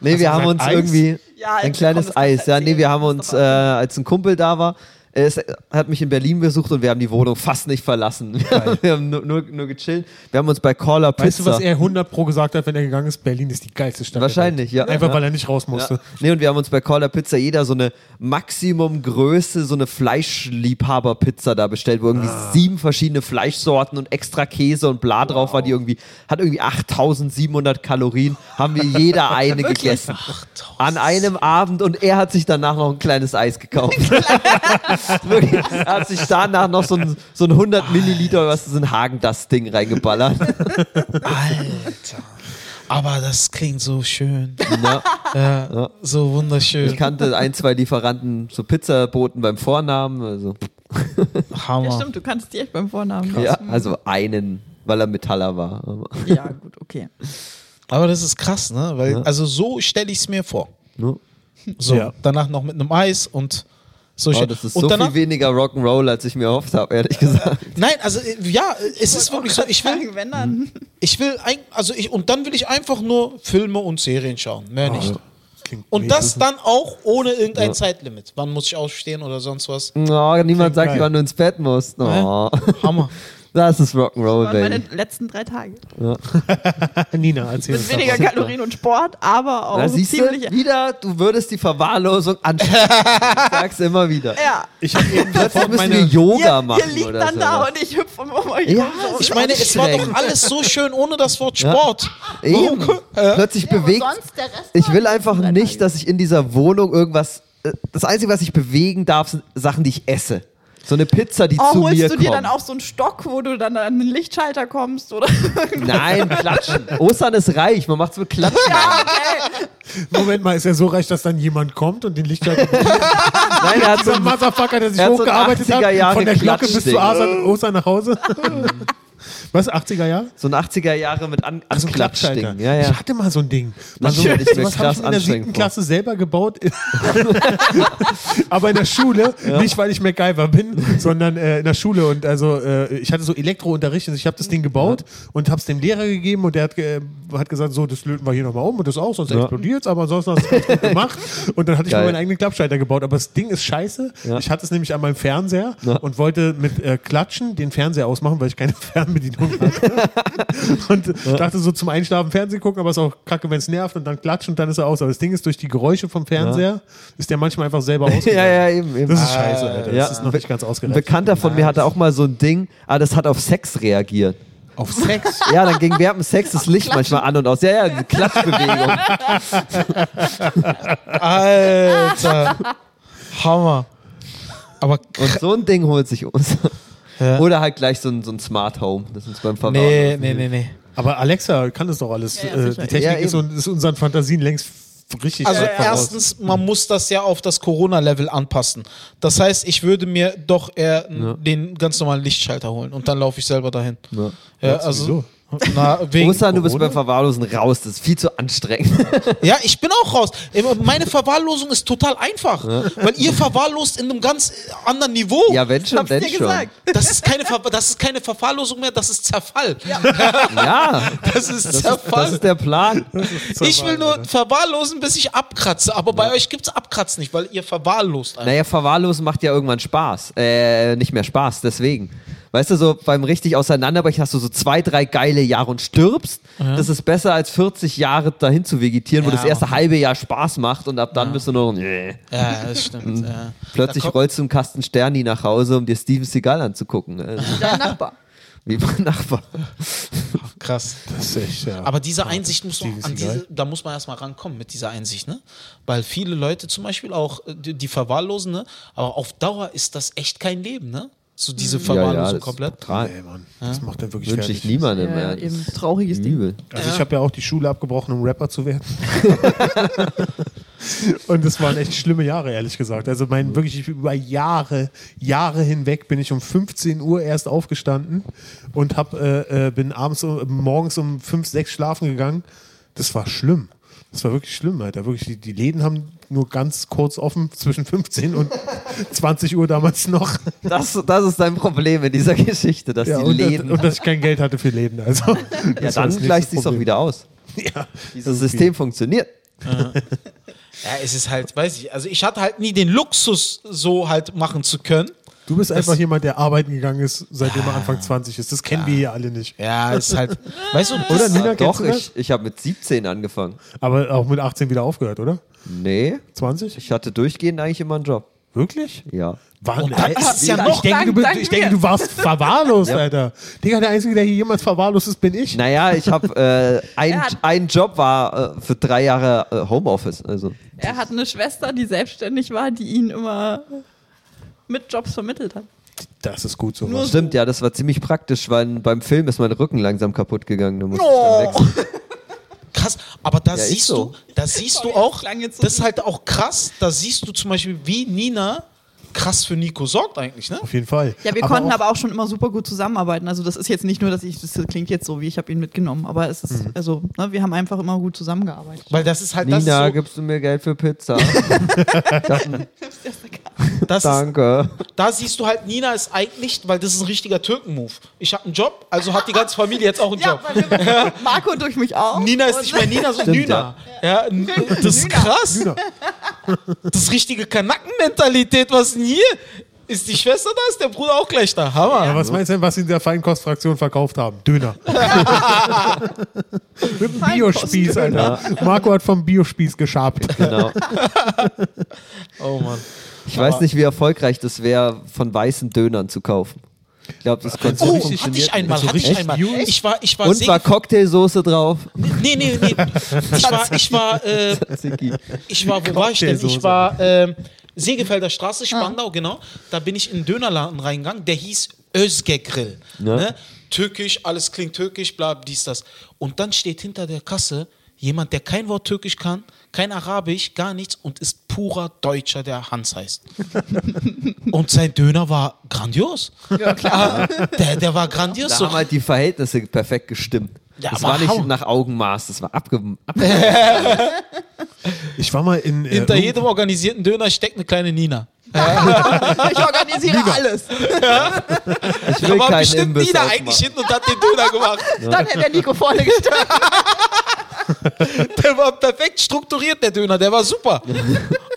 [SPEAKER 3] Nee, wir haben
[SPEAKER 2] gesagt,
[SPEAKER 3] uns
[SPEAKER 2] Eis?
[SPEAKER 3] irgendwie
[SPEAKER 4] Ja,
[SPEAKER 3] ein
[SPEAKER 4] jetzt komm,
[SPEAKER 3] kleines
[SPEAKER 4] das kannst
[SPEAKER 3] Eis.
[SPEAKER 4] du
[SPEAKER 3] Ja, nee,
[SPEAKER 4] erzählen.
[SPEAKER 3] wir haben
[SPEAKER 4] Das
[SPEAKER 3] uns,
[SPEAKER 4] ist
[SPEAKER 3] äh,
[SPEAKER 4] doch
[SPEAKER 3] als ein Kumpel da war, es hat mich in Berlin besucht und wir haben die Wohnung fast nicht verlassen. wir haben nur, nur, nur gechillt. Wir haben uns bei Caller
[SPEAKER 2] Weißt
[SPEAKER 3] Pizza.
[SPEAKER 2] du, was er 100 Pro gesagt hat, wenn er gegangen ist? Berlin ist die geilste Stadt. der
[SPEAKER 3] Wahrscheinlich,
[SPEAKER 2] Welt.
[SPEAKER 3] ja.
[SPEAKER 2] Einfach,
[SPEAKER 3] Ja.
[SPEAKER 2] weil er nicht raus musste.
[SPEAKER 3] Ja. Nee, und wir haben uns bei Caller Pizza jeder so eine Maximumgröße, so eine Fleischliebhaber-Pizza da bestellt, wo irgendwie
[SPEAKER 2] Ah.
[SPEAKER 3] sieben verschiedene Fleischsorten und extra Käse und bla drauf war, die irgendwie, hat irgendwie 8700 Kalorien, haben wir jeder eine gegessen. An einem Abend und er hat sich danach noch ein kleines Eis gekauft. Wirklich, er hat sich danach noch so ein, so ein 100 Milliliter, was ist ein Hagen, das Ding reingeballert.
[SPEAKER 1] Alter. Aber das klingt so schön.
[SPEAKER 3] Ja.
[SPEAKER 1] Ja, So wunderschön.
[SPEAKER 3] Ich kannte ein, zwei Lieferanten so Pizzaboten beim Vornamen, also.
[SPEAKER 1] Hammer.
[SPEAKER 4] ja, stimmt, du kannst dich echt beim Vornamen.
[SPEAKER 3] Ja,
[SPEAKER 4] nennen.
[SPEAKER 3] also einen, weil er Metaller war. Aber,
[SPEAKER 4] ja, gut, okay.
[SPEAKER 1] Aber das ist krass, ne? Weil, also so stelle ich es mir vor.
[SPEAKER 3] ne?
[SPEAKER 1] So,
[SPEAKER 2] Ja.
[SPEAKER 1] danach noch mit einem Eis und so
[SPEAKER 3] oh,
[SPEAKER 1] stell-
[SPEAKER 3] das ist
[SPEAKER 1] und
[SPEAKER 3] so
[SPEAKER 1] danach,
[SPEAKER 3] viel weniger Rock'n'Roll, als ich mir erhofft habe, ehrlich gesagt.
[SPEAKER 1] Nein, also äh, ja, äh, es ist wirklich so, ich will,
[SPEAKER 4] Wenn
[SPEAKER 3] Hm.
[SPEAKER 4] dann.
[SPEAKER 1] ich will, ein, also ich, und dann will ich einfach nur Filme und Serien schauen, mehr
[SPEAKER 3] Ah,
[SPEAKER 1] nicht.
[SPEAKER 2] Klingt
[SPEAKER 1] Und
[SPEAKER 2] mega.
[SPEAKER 1] das dann auch ohne irgendein Zeitlimit. Wann muss ich aufstehen oder sonst was?
[SPEAKER 3] Oh, niemand sagt,
[SPEAKER 2] geil.
[SPEAKER 3] wann du ins Bett musst. Oh.
[SPEAKER 1] Hammer.
[SPEAKER 3] Das ist Rock'n'Roll,
[SPEAKER 4] Waren meine
[SPEAKER 3] Baby.
[SPEAKER 4] letzten drei Tage.
[SPEAKER 2] Nina, Also, erzähl uns
[SPEAKER 4] Mit weniger
[SPEAKER 3] super.
[SPEAKER 4] Kalorien und Sport, aber auch
[SPEAKER 3] Da siehst du,
[SPEAKER 4] ziemlich.
[SPEAKER 3] wieder, du würdest die Verwahrlosung anschauen. ich sag's immer wieder.
[SPEAKER 4] Ja.
[SPEAKER 2] Ich habe eben
[SPEAKER 3] Plötzlich
[SPEAKER 2] sofort
[SPEAKER 3] müssen wir
[SPEAKER 2] meine...
[SPEAKER 3] Yoga
[SPEAKER 4] ihr, ihr
[SPEAKER 3] machen
[SPEAKER 4] liegt
[SPEAKER 3] oder
[SPEAKER 4] dann
[SPEAKER 3] so.
[SPEAKER 4] da und ich hüpfe um euch
[SPEAKER 3] Ja,
[SPEAKER 4] rum. so.
[SPEAKER 1] Ich meine, es war doch alles so schön ohne das Wort Sport.
[SPEAKER 3] Eben. Plötzlich bewegt. Ich will einfach nicht, dass ich in dieser Wohnung irgendwas. äh, Das Einzige, was ich bewegen darf, sind Sachen, die ich esse. So eine Pizza, die
[SPEAKER 4] Oh,
[SPEAKER 3] zu
[SPEAKER 4] holst
[SPEAKER 3] mir
[SPEAKER 4] du dir
[SPEAKER 3] kommt.
[SPEAKER 4] dann auch so einen Stock, wo du dann an den Lichtschalter kommst? Oder?
[SPEAKER 3] Nein, klatschen. Ostern ist reich, man macht's mit Klatschen.
[SPEAKER 2] Moment mal, ist er so reich, dass dann jemand kommt und den Lichtschalter...
[SPEAKER 3] Nein, er hat so
[SPEAKER 2] Dieser
[SPEAKER 3] ein,
[SPEAKER 2] Motherfucker, der sich
[SPEAKER 3] Er hat so ein
[SPEAKER 2] hochgearbeitet
[SPEAKER 3] 80er Jahre
[SPEAKER 2] hat, von der Glocke bis
[SPEAKER 3] Klatschding.
[SPEAKER 2] zu Asan, Ostern nach Hause. Was, 80er Jahre?
[SPEAKER 3] so ein 80er Jahre mit an,
[SPEAKER 2] Also
[SPEAKER 3] Anklatschding.
[SPEAKER 2] Klatschschalter.
[SPEAKER 3] ja, ja.
[SPEAKER 2] Ich hatte mal so ein Ding. Man so,
[SPEAKER 3] stell ich mir
[SPEAKER 2] sowas habe ich
[SPEAKER 3] krass
[SPEAKER 2] in der
[SPEAKER 3] anstrengend
[SPEAKER 2] siebten
[SPEAKER 3] vor.
[SPEAKER 2] Klasse selber gebaut. Aber in der Schule, nicht weil ich MacGyver bin, sondern äh, in der Schule. Und also äh, ich hatte so Elektrounterricht und ich habe das Ding gebaut und habe es dem Lehrer gegeben und der hat, ge äh, hat gesagt, so, das löten wir hier nochmal um und das auch, sonst explodiert's, aber ansonsten hast du es gut gemacht. Und dann hatte ich mir
[SPEAKER 3] Geil.
[SPEAKER 2] meinen eigenen Klappschalter gebaut. Aber das Ding ist scheiße. Ich hatte es nämlich an meinem Fernseher und wollte mit äh, Klatschen den Fernseher ausmachen, weil ich keine Fernbedienung hatte und dachte so zum Einschlafen Fernsehen gucken, aber ist auch kacke, wenn es nervt und dann klatscht und dann ist er aus. Aber das Ding ist, durch die Geräusche vom Fernseher ist der manchmal einfach selber ausgegangen.
[SPEAKER 3] ja, ja, eben. eben.
[SPEAKER 2] Das ist scheiße, Alter.
[SPEAKER 3] Ja.
[SPEAKER 2] Das ist noch nicht ganz
[SPEAKER 3] Ein
[SPEAKER 2] ausgereift.
[SPEAKER 3] Bekannter von mir hatte auch mal so ein Ding, ah, das hat auf Sex reagiert.
[SPEAKER 2] Auf Sex.
[SPEAKER 3] Ja, dann ging während dem Sex das Licht manchmal an und aus. Ja, ja, diese Klatschbewegung.
[SPEAKER 1] Alter. Hammer. Aber
[SPEAKER 3] Und so ein Ding holt sich uns.
[SPEAKER 1] Ja.
[SPEAKER 3] Oder halt gleich so ein, so ein Smart Home. Das ist beim Verwahren.
[SPEAKER 1] nee, nee, nee, nee.
[SPEAKER 2] Aber Alexa kann das doch alles.
[SPEAKER 4] ja,
[SPEAKER 2] Äh, die
[SPEAKER 4] sicher.
[SPEAKER 2] Technik
[SPEAKER 3] Ja,
[SPEAKER 2] ist,
[SPEAKER 3] eben.
[SPEAKER 2] un- ist unseren Fantasien längst f- richtig
[SPEAKER 1] Also
[SPEAKER 2] weit voraus.
[SPEAKER 1] erstens, man muss das ja auf das Corona-Level anpassen. Das heißt, ich würde mir doch eher n- den ganz normalen Lichtschalter holen und dann laufe ich selber dahin. Ja, also. Na, wegen,
[SPEAKER 3] Ostern, du bist beim Verwahrlosen raus. Das ist viel zu anstrengend.
[SPEAKER 1] ja, ich bin auch raus. Immer- Meine Verwahrlosung ist total einfach, weil ihr verwahrlost in einem ganz anderen Niveau.
[SPEAKER 3] ja, wenn schon,
[SPEAKER 4] Hab's
[SPEAKER 3] wenn
[SPEAKER 4] dir
[SPEAKER 3] schon.
[SPEAKER 4] gesagt.
[SPEAKER 1] Das, ist keine Ver das ist keine Verwahrlosung mehr, das ist Zerfall.
[SPEAKER 3] Ja,
[SPEAKER 1] Das ist
[SPEAKER 3] das,
[SPEAKER 1] Zerfall.
[SPEAKER 3] das ist der Plan.
[SPEAKER 1] ich will nur verwahrlosen, bis ich abkratze. Aber bei euch gibt es Abkratzen nicht, weil ihr verwahrlost. einfach.
[SPEAKER 3] Naja, verwahrlosen macht ja irgendwann Spaß. Äh, nicht mehr Spaß, deswegen. Weißt du, so beim richtig Auseinanderbrechen hast du so zwei, drei geile Jahre und stirbst. Das ist besser als 40 Jahre dahin zu vegetieren, wo
[SPEAKER 1] Ja,
[SPEAKER 3] das erste halbe Jahr Spaß macht und ab dann bist du nur. Nee.
[SPEAKER 1] Ja, das stimmt. Ja.
[SPEAKER 3] Plötzlich
[SPEAKER 1] Da kommt-
[SPEAKER 3] rollst du einen Kasten Sterni nach Hause, um dir Steven Seagal anzugucken. Also,
[SPEAKER 4] Dein Nachbar.
[SPEAKER 3] Wie mein Nachbar.
[SPEAKER 1] Krass.
[SPEAKER 2] Das ist echt, ja.
[SPEAKER 1] Aber diese Einsicht muss man,
[SPEAKER 2] Steven
[SPEAKER 1] an
[SPEAKER 2] Seagal.
[SPEAKER 1] diese, da muss man erstmal rankommen mit dieser Einsicht, ne? Weil viele Leute zum Beispiel auch, äh, die, die verwahrlosen, ne? Aber auf Dauer ist das echt kein Leben, ne? So diese Verwahrlosung
[SPEAKER 3] Mhm. das ist
[SPEAKER 1] komplett.
[SPEAKER 3] brutal.
[SPEAKER 2] Ey, Mann, das macht dann wirklich
[SPEAKER 3] Wünsche
[SPEAKER 2] fertig.
[SPEAKER 3] ich niemandem
[SPEAKER 4] Ja,
[SPEAKER 3] mehr.
[SPEAKER 4] eben. Trauriges Ding.
[SPEAKER 3] Übel.
[SPEAKER 2] Also ich habe ja auch die Schule abgebrochen, um Rapper zu werden. und es waren echt schlimme Jahre, ehrlich gesagt. Also mein wirklich ich bin über Jahre, Jahre hinweg bin ich um 15 Uhr erst aufgestanden und hab, äh, äh, bin abends um, morgens um 5, 6 schlafen gegangen. Das war schlimm. Das war wirklich schlimm, Alter. Wirklich, die, die Läden haben nur ganz kurz offen zwischen 15 und 20 Uhr damals noch.
[SPEAKER 3] Das, das ist dein Problem in dieser Geschichte, dass die
[SPEAKER 2] und, äh,
[SPEAKER 3] Läden.
[SPEAKER 2] und dass ich kein Geld hatte für Läden. Also,
[SPEAKER 3] ja, dann gleicht sich's auch wieder aus.
[SPEAKER 2] Ja.
[SPEAKER 3] Dieses System funktioniert.
[SPEAKER 1] Ja, es ist halt, weiß ich, also ich hatte halt nie den Luxus, so halt machen zu können.
[SPEAKER 2] Du bist einfach jemand, der arbeiten gegangen ist, seitdem er Anfang 20 ist. Das kennen wir hier alle nicht.
[SPEAKER 1] Ja, es ist halt, weißt du,
[SPEAKER 2] Oder,
[SPEAKER 1] das-
[SPEAKER 2] Nina,
[SPEAKER 3] Ah,
[SPEAKER 2] kennst
[SPEAKER 3] doch,
[SPEAKER 2] du das?
[SPEAKER 3] ich, ich habe mit 17 angefangen.
[SPEAKER 2] Aber auch mit 18 wieder aufgehört, oder?
[SPEAKER 3] Nee,
[SPEAKER 2] 20?
[SPEAKER 3] ich hatte durchgehend eigentlich immer einen Job.
[SPEAKER 2] Wirklich?
[SPEAKER 3] Ja.
[SPEAKER 2] War,
[SPEAKER 1] Und das ist ja
[SPEAKER 2] ich
[SPEAKER 1] noch
[SPEAKER 2] denke, du, bist,
[SPEAKER 4] dank
[SPEAKER 2] ich denke,
[SPEAKER 4] mir.
[SPEAKER 2] du warst verwahrlost, Alter. Digga, der Einzige, der hier jemals verwahrlost ist, bin ich.
[SPEAKER 3] Naja, ich habe äh, ein,
[SPEAKER 4] Er hat-
[SPEAKER 3] ein Job war äh, für drei Jahre äh, Homeoffice. Also
[SPEAKER 4] Er hat eine Schwester, die selbstständig war, die ihn immer mit Jobs vermittelt hat.
[SPEAKER 2] Das ist gut so.
[SPEAKER 3] das stimmt, ja, das war ziemlich praktisch, weil beim Film ist mein Rücken langsam kaputt gegangen. Da musste
[SPEAKER 1] Oh.
[SPEAKER 3] ich dann wechseln.
[SPEAKER 1] krass, aber da
[SPEAKER 3] Ja, ist
[SPEAKER 1] siehst
[SPEAKER 3] so.
[SPEAKER 1] du, da siehst du
[SPEAKER 4] Sorry,
[SPEAKER 1] auch,
[SPEAKER 4] klang jetzt so
[SPEAKER 1] das ist halt auch krass, da siehst du zum Beispiel, wie Nina krass für Nico sorgt eigentlich, ne?
[SPEAKER 2] Auf jeden Fall.
[SPEAKER 4] Ja, wir konnten aber auch schon immer super gut zusammenarbeiten. Also das ist jetzt nicht nur, dass ich, das klingt jetzt so, wie ich habe ihn mitgenommen, aber es ist, also, ne, wir haben einfach immer gut zusammengearbeitet.
[SPEAKER 1] Weil das ist halt, das
[SPEAKER 3] Nina,
[SPEAKER 1] ist
[SPEAKER 3] gibst du mir Geld für Pizza?
[SPEAKER 1] so, das ist,
[SPEAKER 3] Danke.
[SPEAKER 1] da siehst du halt, Nina ist eigentlich, weil das ist ein richtiger Türken-Move. Ich habe einen Job, also hat die ganze Familie jetzt auch einen Job.
[SPEAKER 4] weil Marco durch mich auch.
[SPEAKER 1] Nina ist nicht mehr Nina, sondern
[SPEAKER 3] Stimmt,
[SPEAKER 1] Nina. Ja. n- das ist krass.
[SPEAKER 2] Nina.
[SPEAKER 1] Das ist richtige Kanacken-Mentalität, was denn hier? Ist die Schwester da, ist der Bruder auch gleich da. Hammer.
[SPEAKER 2] Ja, was meinst du denn, was sie in der Feinkostfraktion verkauft haben? Döner. Mit einem Biospieß, Alter. Marco hat vom Biospieß geschabt.
[SPEAKER 3] Genau.
[SPEAKER 1] Oh Mann.
[SPEAKER 3] Ich weiß nicht, wie erfolgreich das wäre, von weißen Dönern zu kaufen. Ich glaube, das Konzept
[SPEAKER 1] Oh, hatte
[SPEAKER 3] funktioniert
[SPEAKER 1] ich einmal,
[SPEAKER 3] nicht.
[SPEAKER 1] hatte ich
[SPEAKER 3] Echt?
[SPEAKER 1] einmal. Ich war, ich war,
[SPEAKER 3] Und war Cocktailsoße drauf.
[SPEAKER 1] nee, nee, nee. Ich war, ich war, äh,
[SPEAKER 3] Ziggy.
[SPEAKER 1] Ich war, wo war ich denn?
[SPEAKER 2] Cocktailsoße.
[SPEAKER 1] Ich war ähm, Segefelder Straße, Spandau, genau. Da bin ich in einen Dönerladen reingegangen, der hieß Özge Grill.
[SPEAKER 3] Ja.
[SPEAKER 1] Ne? Türkisch, alles klingt türkisch, bla, dies, das. Und dann steht hinter der Kasse jemand, der kein Wort türkisch kann, kein Arabisch, gar nichts und ist purer Deutscher, der Hans heißt. und sein Döner war grandios. Ja, klar. Der, der war grandios.
[SPEAKER 3] Da
[SPEAKER 1] so
[SPEAKER 3] haben halt die Verhältnisse perfekt gestimmt.
[SPEAKER 1] Ja,
[SPEAKER 3] das
[SPEAKER 1] aber
[SPEAKER 3] war nicht
[SPEAKER 1] hau-
[SPEAKER 3] nach Augenmaß, das war abge... Ab
[SPEAKER 2] Ich war mal in. äh,
[SPEAKER 1] hinter jedem organisierten Döner steckt eine kleine Nina.
[SPEAKER 4] Ich organisiere alles.
[SPEAKER 3] ich
[SPEAKER 1] Da
[SPEAKER 3] will
[SPEAKER 1] war
[SPEAKER 3] keinen
[SPEAKER 1] bestimmt
[SPEAKER 3] Imbiss
[SPEAKER 1] Nina
[SPEAKER 3] aufmachen.
[SPEAKER 1] eigentlich hinten und hat den Döner gemacht.
[SPEAKER 4] Dann hätte der Nico vorne gestanden.
[SPEAKER 1] Der war perfekt strukturiert, der Döner. Der war super.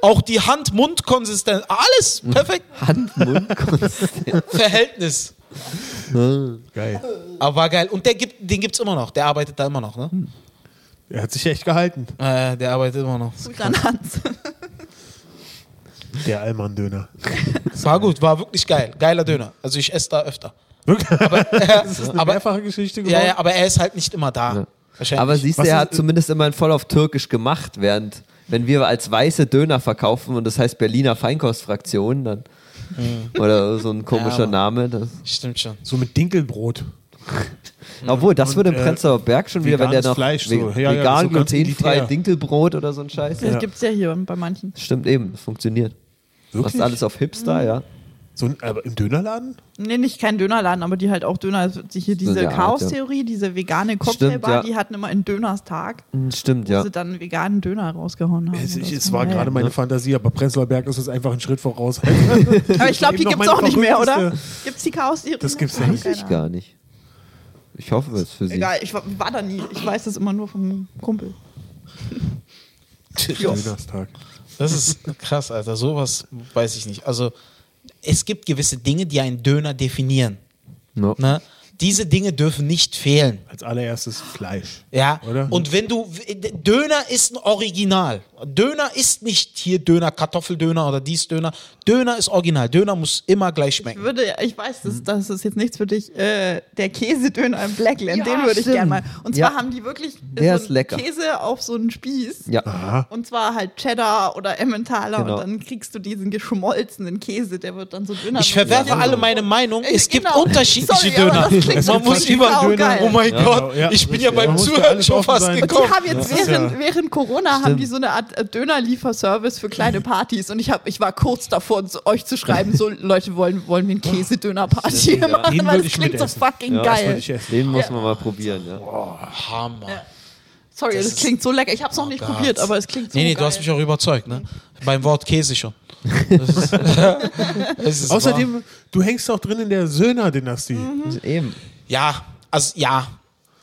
[SPEAKER 1] Auch die Hand-Mund-Konsistenz. Alles perfekt.
[SPEAKER 3] Hand-Mund-Konsistenz.
[SPEAKER 1] Verhältnis.
[SPEAKER 2] Geil.
[SPEAKER 1] Aber war geil. Und der gibt, den gibt's immer noch. Der arbeitet da immer noch, ne?
[SPEAKER 2] Hm. Er hat sich echt gehalten.
[SPEAKER 1] Äh, der arbeitet immer noch.
[SPEAKER 4] Dann Hans.
[SPEAKER 2] Der Allmann-Döner.
[SPEAKER 1] War gut, war wirklich geil. Geiler Döner. Also ich esse da öfter.
[SPEAKER 2] Das ist eine
[SPEAKER 1] Aber-
[SPEAKER 2] mehrfache Geschichte geworden.
[SPEAKER 1] Ja, ja, aber er ist halt nicht immer da. Wahrscheinlich.
[SPEAKER 3] Aber siehst du,
[SPEAKER 2] Was
[SPEAKER 3] er
[SPEAKER 2] ist-
[SPEAKER 3] hat zumindest immerhin voll auf Türkisch gemacht, während wenn wir als weiße Döner verkaufen und das heißt Berliner Feinkostfraktion, dann... Oder so ein komischer
[SPEAKER 1] Hm. Ja, Mann.
[SPEAKER 3] Name. Das.
[SPEAKER 1] Stimmt schon.
[SPEAKER 2] So mit Dinkelbrot.
[SPEAKER 3] Obwohl, das würde im
[SPEAKER 2] äh,
[SPEAKER 3] Prenzlauer Berg schon wieder, wenn der
[SPEAKER 2] veganes
[SPEAKER 3] noch
[SPEAKER 2] Fleisch so.
[SPEAKER 3] ve-
[SPEAKER 2] Ja, ja,
[SPEAKER 3] vegan,
[SPEAKER 2] so ganz
[SPEAKER 3] glutenfrei,
[SPEAKER 2] elitär.
[SPEAKER 3] Dinkelbrot oder so ein Scheiß.
[SPEAKER 4] Das gibt's ja hier bei manchen.
[SPEAKER 3] Stimmt eben, das funktioniert.
[SPEAKER 2] Wirklich?
[SPEAKER 3] Machst alles auf Hipster, ja.
[SPEAKER 2] So ein, aber im Dönerladen?
[SPEAKER 4] Nee, nicht kein Dönerladen, aber die halt auch Döner. also die Hier diese
[SPEAKER 3] in der Art, ja.
[SPEAKER 4] Chaos-Theorie, diese vegane Cocktailbar,
[SPEAKER 3] ja.
[SPEAKER 4] die hatten immer einen Dönerstag,
[SPEAKER 3] Hm, Stimmt,
[SPEAKER 4] wo
[SPEAKER 3] ja.
[SPEAKER 4] sie dann einen veganen Döner rausgehauen haben.
[SPEAKER 2] Es,
[SPEAKER 4] oder
[SPEAKER 2] ich,
[SPEAKER 4] so.
[SPEAKER 2] es war
[SPEAKER 4] Ja,
[SPEAKER 2] gerade
[SPEAKER 4] ja.
[SPEAKER 2] meine Fantasie, aber Prenzlauer Berg ist uns einfach einen Schritt voraus.
[SPEAKER 4] Aber ich glaube, die
[SPEAKER 2] eben noch
[SPEAKER 4] gibt's
[SPEAKER 2] meine
[SPEAKER 4] auch nicht mehr, oder?
[SPEAKER 2] verrückteste-
[SPEAKER 4] Gibt's die Chaos-Theorie?
[SPEAKER 2] Das gibt's ja
[SPEAKER 4] Keine
[SPEAKER 2] nicht.
[SPEAKER 3] Ich
[SPEAKER 4] Ahnung.
[SPEAKER 3] gar nicht. Ich hoffe es für sie.
[SPEAKER 4] Egal, ich war, war da nie. Ich weiß das immer nur vom Kumpel.
[SPEAKER 2] Dönerstag.
[SPEAKER 1] Das ist krass, Alter. Sowas weiß ich nicht. Also, es gibt gewisse Dinge, die einen Döner definieren.
[SPEAKER 3] No.
[SPEAKER 1] Ne? Diese Dinge dürfen nicht fehlen.
[SPEAKER 2] Als allererstes Fleisch.
[SPEAKER 1] Ja,
[SPEAKER 2] Oder?
[SPEAKER 1] und wenn du, Döner ist ein Original. Döner ist nicht hier Döner, Kartoffeldöner oder dies Döner. Döner ist Original. Döner muss immer gleich
[SPEAKER 4] Ich
[SPEAKER 1] schmecken.
[SPEAKER 4] würde, ich weiß,
[SPEAKER 2] Mhm.
[SPEAKER 4] das, das ist jetzt nichts für dich. Äh, der Käsedöner im Blackland,
[SPEAKER 3] Ja,
[SPEAKER 4] den würde ich
[SPEAKER 3] stimmt.
[SPEAKER 4] gerne mal. Und zwar
[SPEAKER 3] Ja.
[SPEAKER 4] haben die wirklich
[SPEAKER 3] Der ist
[SPEAKER 4] einen
[SPEAKER 3] lecker.
[SPEAKER 4] Käse auf so einen Spieß.
[SPEAKER 3] Ja.
[SPEAKER 4] Und zwar halt Cheddar oder Emmentaler
[SPEAKER 3] Genau.
[SPEAKER 4] und dann kriegst du diesen geschmolzenen Käse, der wird dann so dünner.
[SPEAKER 1] Ich verwerfe alle meine Meinung.
[SPEAKER 4] Äh,
[SPEAKER 1] Es gibt
[SPEAKER 4] genau.
[SPEAKER 1] unterschiedliche
[SPEAKER 4] Sorry, aber
[SPEAKER 1] Döner.
[SPEAKER 4] das klingt
[SPEAKER 1] Man
[SPEAKER 4] schon
[SPEAKER 1] muss
[SPEAKER 4] richtig
[SPEAKER 1] über
[SPEAKER 4] saugeil.
[SPEAKER 1] Oh mein
[SPEAKER 2] Ja, genau,
[SPEAKER 1] Gott,
[SPEAKER 2] ja,
[SPEAKER 1] ich bin
[SPEAKER 2] richtig.
[SPEAKER 1] ja beim
[SPEAKER 2] Man muss für
[SPEAKER 1] Zuhören
[SPEAKER 2] alles
[SPEAKER 1] schon
[SPEAKER 2] offen
[SPEAKER 1] fast
[SPEAKER 2] sein.
[SPEAKER 4] Die
[SPEAKER 1] gekommen.
[SPEAKER 4] haben jetzt
[SPEAKER 2] Das ist
[SPEAKER 4] während,
[SPEAKER 2] ja-
[SPEAKER 4] während Corona haben die so eine Art äh, Dönerlieferservice für kleine Partys und ich hab, ich war kurz davor, so, euch zu schreiben, so Leute wollen, wollen wir eine Käsedönerparty
[SPEAKER 3] Stimmt, ja.
[SPEAKER 4] machen,
[SPEAKER 2] Den
[SPEAKER 4] weil
[SPEAKER 2] würd
[SPEAKER 4] das
[SPEAKER 2] ich
[SPEAKER 4] klingt so
[SPEAKER 2] mitessen.
[SPEAKER 4] fucking
[SPEAKER 3] Ja, das
[SPEAKER 2] Das
[SPEAKER 4] geil.
[SPEAKER 2] wollte ich essen.
[SPEAKER 3] Den muss man mal probieren, ja.
[SPEAKER 1] Hammer.
[SPEAKER 4] Sorry, das,
[SPEAKER 1] Das ist-
[SPEAKER 4] klingt so lecker. Ich hab's noch nicht
[SPEAKER 1] Gott.
[SPEAKER 4] probiert, aber es klingt so
[SPEAKER 1] Nee, nee,
[SPEAKER 4] geil.
[SPEAKER 1] du hast mich auch überzeugt, ne? Beim Wort Käse schon. Das ist, es ist wahr.
[SPEAKER 2] Außerdem, du hängst auch drin in der Söhner-Dynastie.
[SPEAKER 4] Mhm.
[SPEAKER 3] Eben.
[SPEAKER 1] Ja, also ja.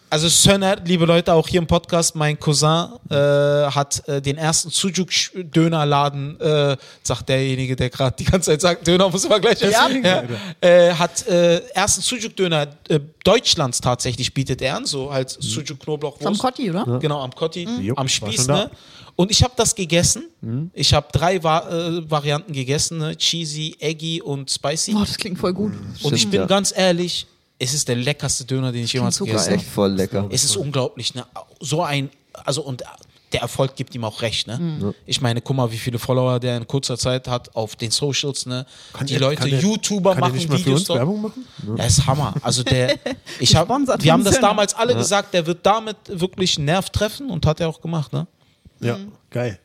[SPEAKER 1] Also Sönner, liebe Leute, auch hier im Podcast, mein Cousin äh, hat äh, den ersten Sujuk-Dönerladen, äh, sagt derjenige, der gerade die ganze Zeit sagt, Döner muss immer gleich essen, ja. äh, hat äh, ersten Sujuk-Döner äh, Deutschlands tatsächlich bietet er an, so halt Sujuk-Knoblauchwurst.
[SPEAKER 4] Am Kotti, oder?
[SPEAKER 1] Genau, am Kotti,
[SPEAKER 2] Mhm. Jupp,
[SPEAKER 1] am
[SPEAKER 2] war
[SPEAKER 1] Spieß.
[SPEAKER 2] schon da. Mhm.
[SPEAKER 1] Ne? Und ich habe das gegessen. Ich habe drei Va äh, Varianten gegessen: ne? Cheesy, Eggy und Spicy.
[SPEAKER 4] Boah, Oh, das klingt voll gut.
[SPEAKER 1] und ich
[SPEAKER 3] stimmt,
[SPEAKER 1] bin
[SPEAKER 3] ja.
[SPEAKER 1] ganz ehrlich, es ist der leckerste Döner, den ich jemals
[SPEAKER 4] super,
[SPEAKER 1] gegessen
[SPEAKER 3] War
[SPEAKER 1] habe.
[SPEAKER 3] echt voll lecker.
[SPEAKER 1] Es ist unglaublich. Ne? So ein, also und der Erfolg gibt ihm auch recht. Ne? Ich meine, guck mal, wie viele Follower der in kurzer Zeit hat auf den Socials. Ne? Die
[SPEAKER 2] der-
[SPEAKER 1] Leute,
[SPEAKER 2] kann der-
[SPEAKER 1] YouTuber
[SPEAKER 2] kann der
[SPEAKER 1] machen
[SPEAKER 2] nicht mal für
[SPEAKER 1] Videos.
[SPEAKER 2] uns
[SPEAKER 1] dort.
[SPEAKER 2] Werbung machen?
[SPEAKER 1] Das ist Hammer. Also der, ich hab,
[SPEAKER 4] Gesponsert
[SPEAKER 1] wir
[SPEAKER 4] von
[SPEAKER 1] haben das
[SPEAKER 4] Söhne.
[SPEAKER 1] damals alle gesagt, der wird damit wirklich einen Nerv treffen und hat er auch gemacht. Ne?
[SPEAKER 2] Ja,
[SPEAKER 4] Mhm.
[SPEAKER 2] geil.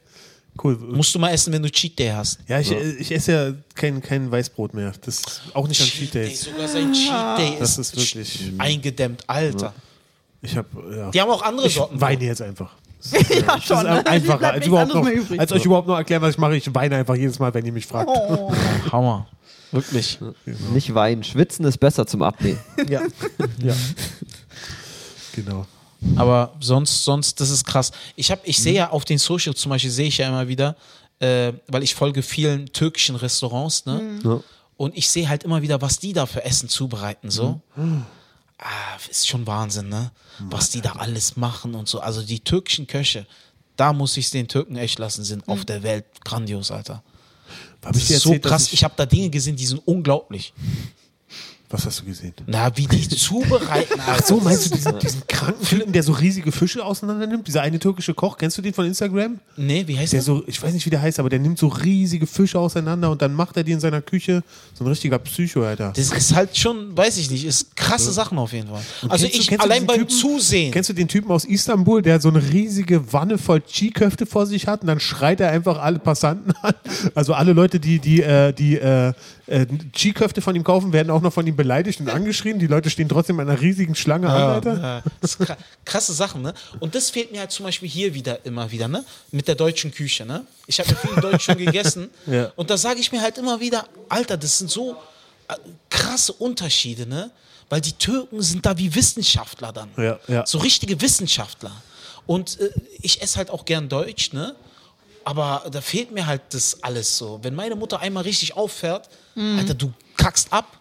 [SPEAKER 2] Cool.
[SPEAKER 1] Musst du mal essen, wenn du Cheat Day hast.
[SPEAKER 2] Ja, ich, ich esse ja kein, kein Weißbrot mehr. Das ist auch nicht an Cheat Days.
[SPEAKER 1] sogar sein Cheat Day
[SPEAKER 2] Das ist wirklich.
[SPEAKER 1] eingedämmt, Alter.
[SPEAKER 2] Ich habe. Ja.
[SPEAKER 1] Die haben auch andere
[SPEAKER 2] Ich
[SPEAKER 1] Sorten.
[SPEAKER 2] weine jetzt einfach.
[SPEAKER 4] ja,
[SPEAKER 2] Das ist
[SPEAKER 4] schon. ne? Bleibt
[SPEAKER 2] einfacher, als,
[SPEAKER 4] nichts
[SPEAKER 2] überhaupt
[SPEAKER 4] anderes
[SPEAKER 2] noch,
[SPEAKER 4] mehr übrig.
[SPEAKER 2] als euch überhaupt noch erklären, was ich mache. Ich weine einfach jedes Mal, wenn ihr mich fragt.
[SPEAKER 4] oh.
[SPEAKER 1] Hammer. Wirklich.
[SPEAKER 3] Nicht weinen. Schwitzen ist besser zum Abnehmen.
[SPEAKER 2] Ja. ja. Genau.
[SPEAKER 1] Aber sonst, sonst, das ist krass. Ich, hab, ich
[SPEAKER 2] Mhm.
[SPEAKER 1] sehe ja auf den Socials zum Beispiel, sehe ich ja immer wieder, äh, weil ich folge vielen türkischen Restaurants, ne?
[SPEAKER 2] Mhm.
[SPEAKER 3] Ja.
[SPEAKER 1] Und ich sehe halt immer wieder, was die da für Essen zubereiten, so.
[SPEAKER 2] Mhm.
[SPEAKER 1] Ah, ist schon Wahnsinn, ne? Was die da alles machen und so. Also die türkischen Köche, da muss ich es den Türken echt lassen, sind auf der Welt grandios, Alter.
[SPEAKER 2] Hab
[SPEAKER 1] Das
[SPEAKER 2] ich dir
[SPEAKER 1] ist so
[SPEAKER 2] Mhm. erzählt, dass
[SPEAKER 1] krass. Ich habe da Dinge gesehen, die sind unglaublich.
[SPEAKER 2] was hast du gesehen?
[SPEAKER 1] Na, wie die zubereiten. Ach
[SPEAKER 2] So, meinst du diesen, diesen kranken Typen, der so riesige Fische auseinander nimmt? Dieser eine türkische Koch, kennst du den von Instagram?
[SPEAKER 1] Nee, wie heißt
[SPEAKER 2] Der
[SPEAKER 1] das?
[SPEAKER 2] so, ich weiß nicht, wie der heißt, aber der nimmt so riesige Fische auseinander und dann macht er die in seiner Küche. So ein richtiger Psycho, Alter.
[SPEAKER 1] Das ist halt schon, weiß ich nicht, ist krasse Sachen auf jeden Fall. Also
[SPEAKER 2] Kennst du-
[SPEAKER 1] ich
[SPEAKER 2] kennst du
[SPEAKER 1] allein
[SPEAKER 2] diesen
[SPEAKER 1] beim
[SPEAKER 2] Typen-
[SPEAKER 1] Zusehen.
[SPEAKER 2] Kennst du den Typen aus Istanbul, der so eine riesige Wanne voll Chi-Köfte vor sich hat und dann schreit er einfach alle Passanten an? Also alle Leute, die die, äh, die äh, äh, Chi-Köfte von ihm kaufen, werden auch noch von ihm beleidigt und angeschrien. Die Leute stehen trotzdem in einer riesigen Schlange an, Alter.
[SPEAKER 1] Ja, das ist kra- krasse Sachen, ne? Und das fehlt mir halt zum Beispiel hier wieder immer wieder, ne? Mit der deutschen Küche, ne? Ich habe ja viel Deutsch schon gegessen.
[SPEAKER 2] Ja.
[SPEAKER 1] Und da sage ich mir halt immer wieder, Alter, das sind so äh, krasse Unterschiede, ne? Weil die Türken sind da wie Wissenschaftler dann.
[SPEAKER 2] Ja, ja.
[SPEAKER 1] So richtige Wissenschaftler. Und äh, ich esse halt auch gern Deutsch, ne? Aber da fehlt mir halt das alles so. Wenn meine Mutter einmal richtig auffährt, Alter, du kackst ab.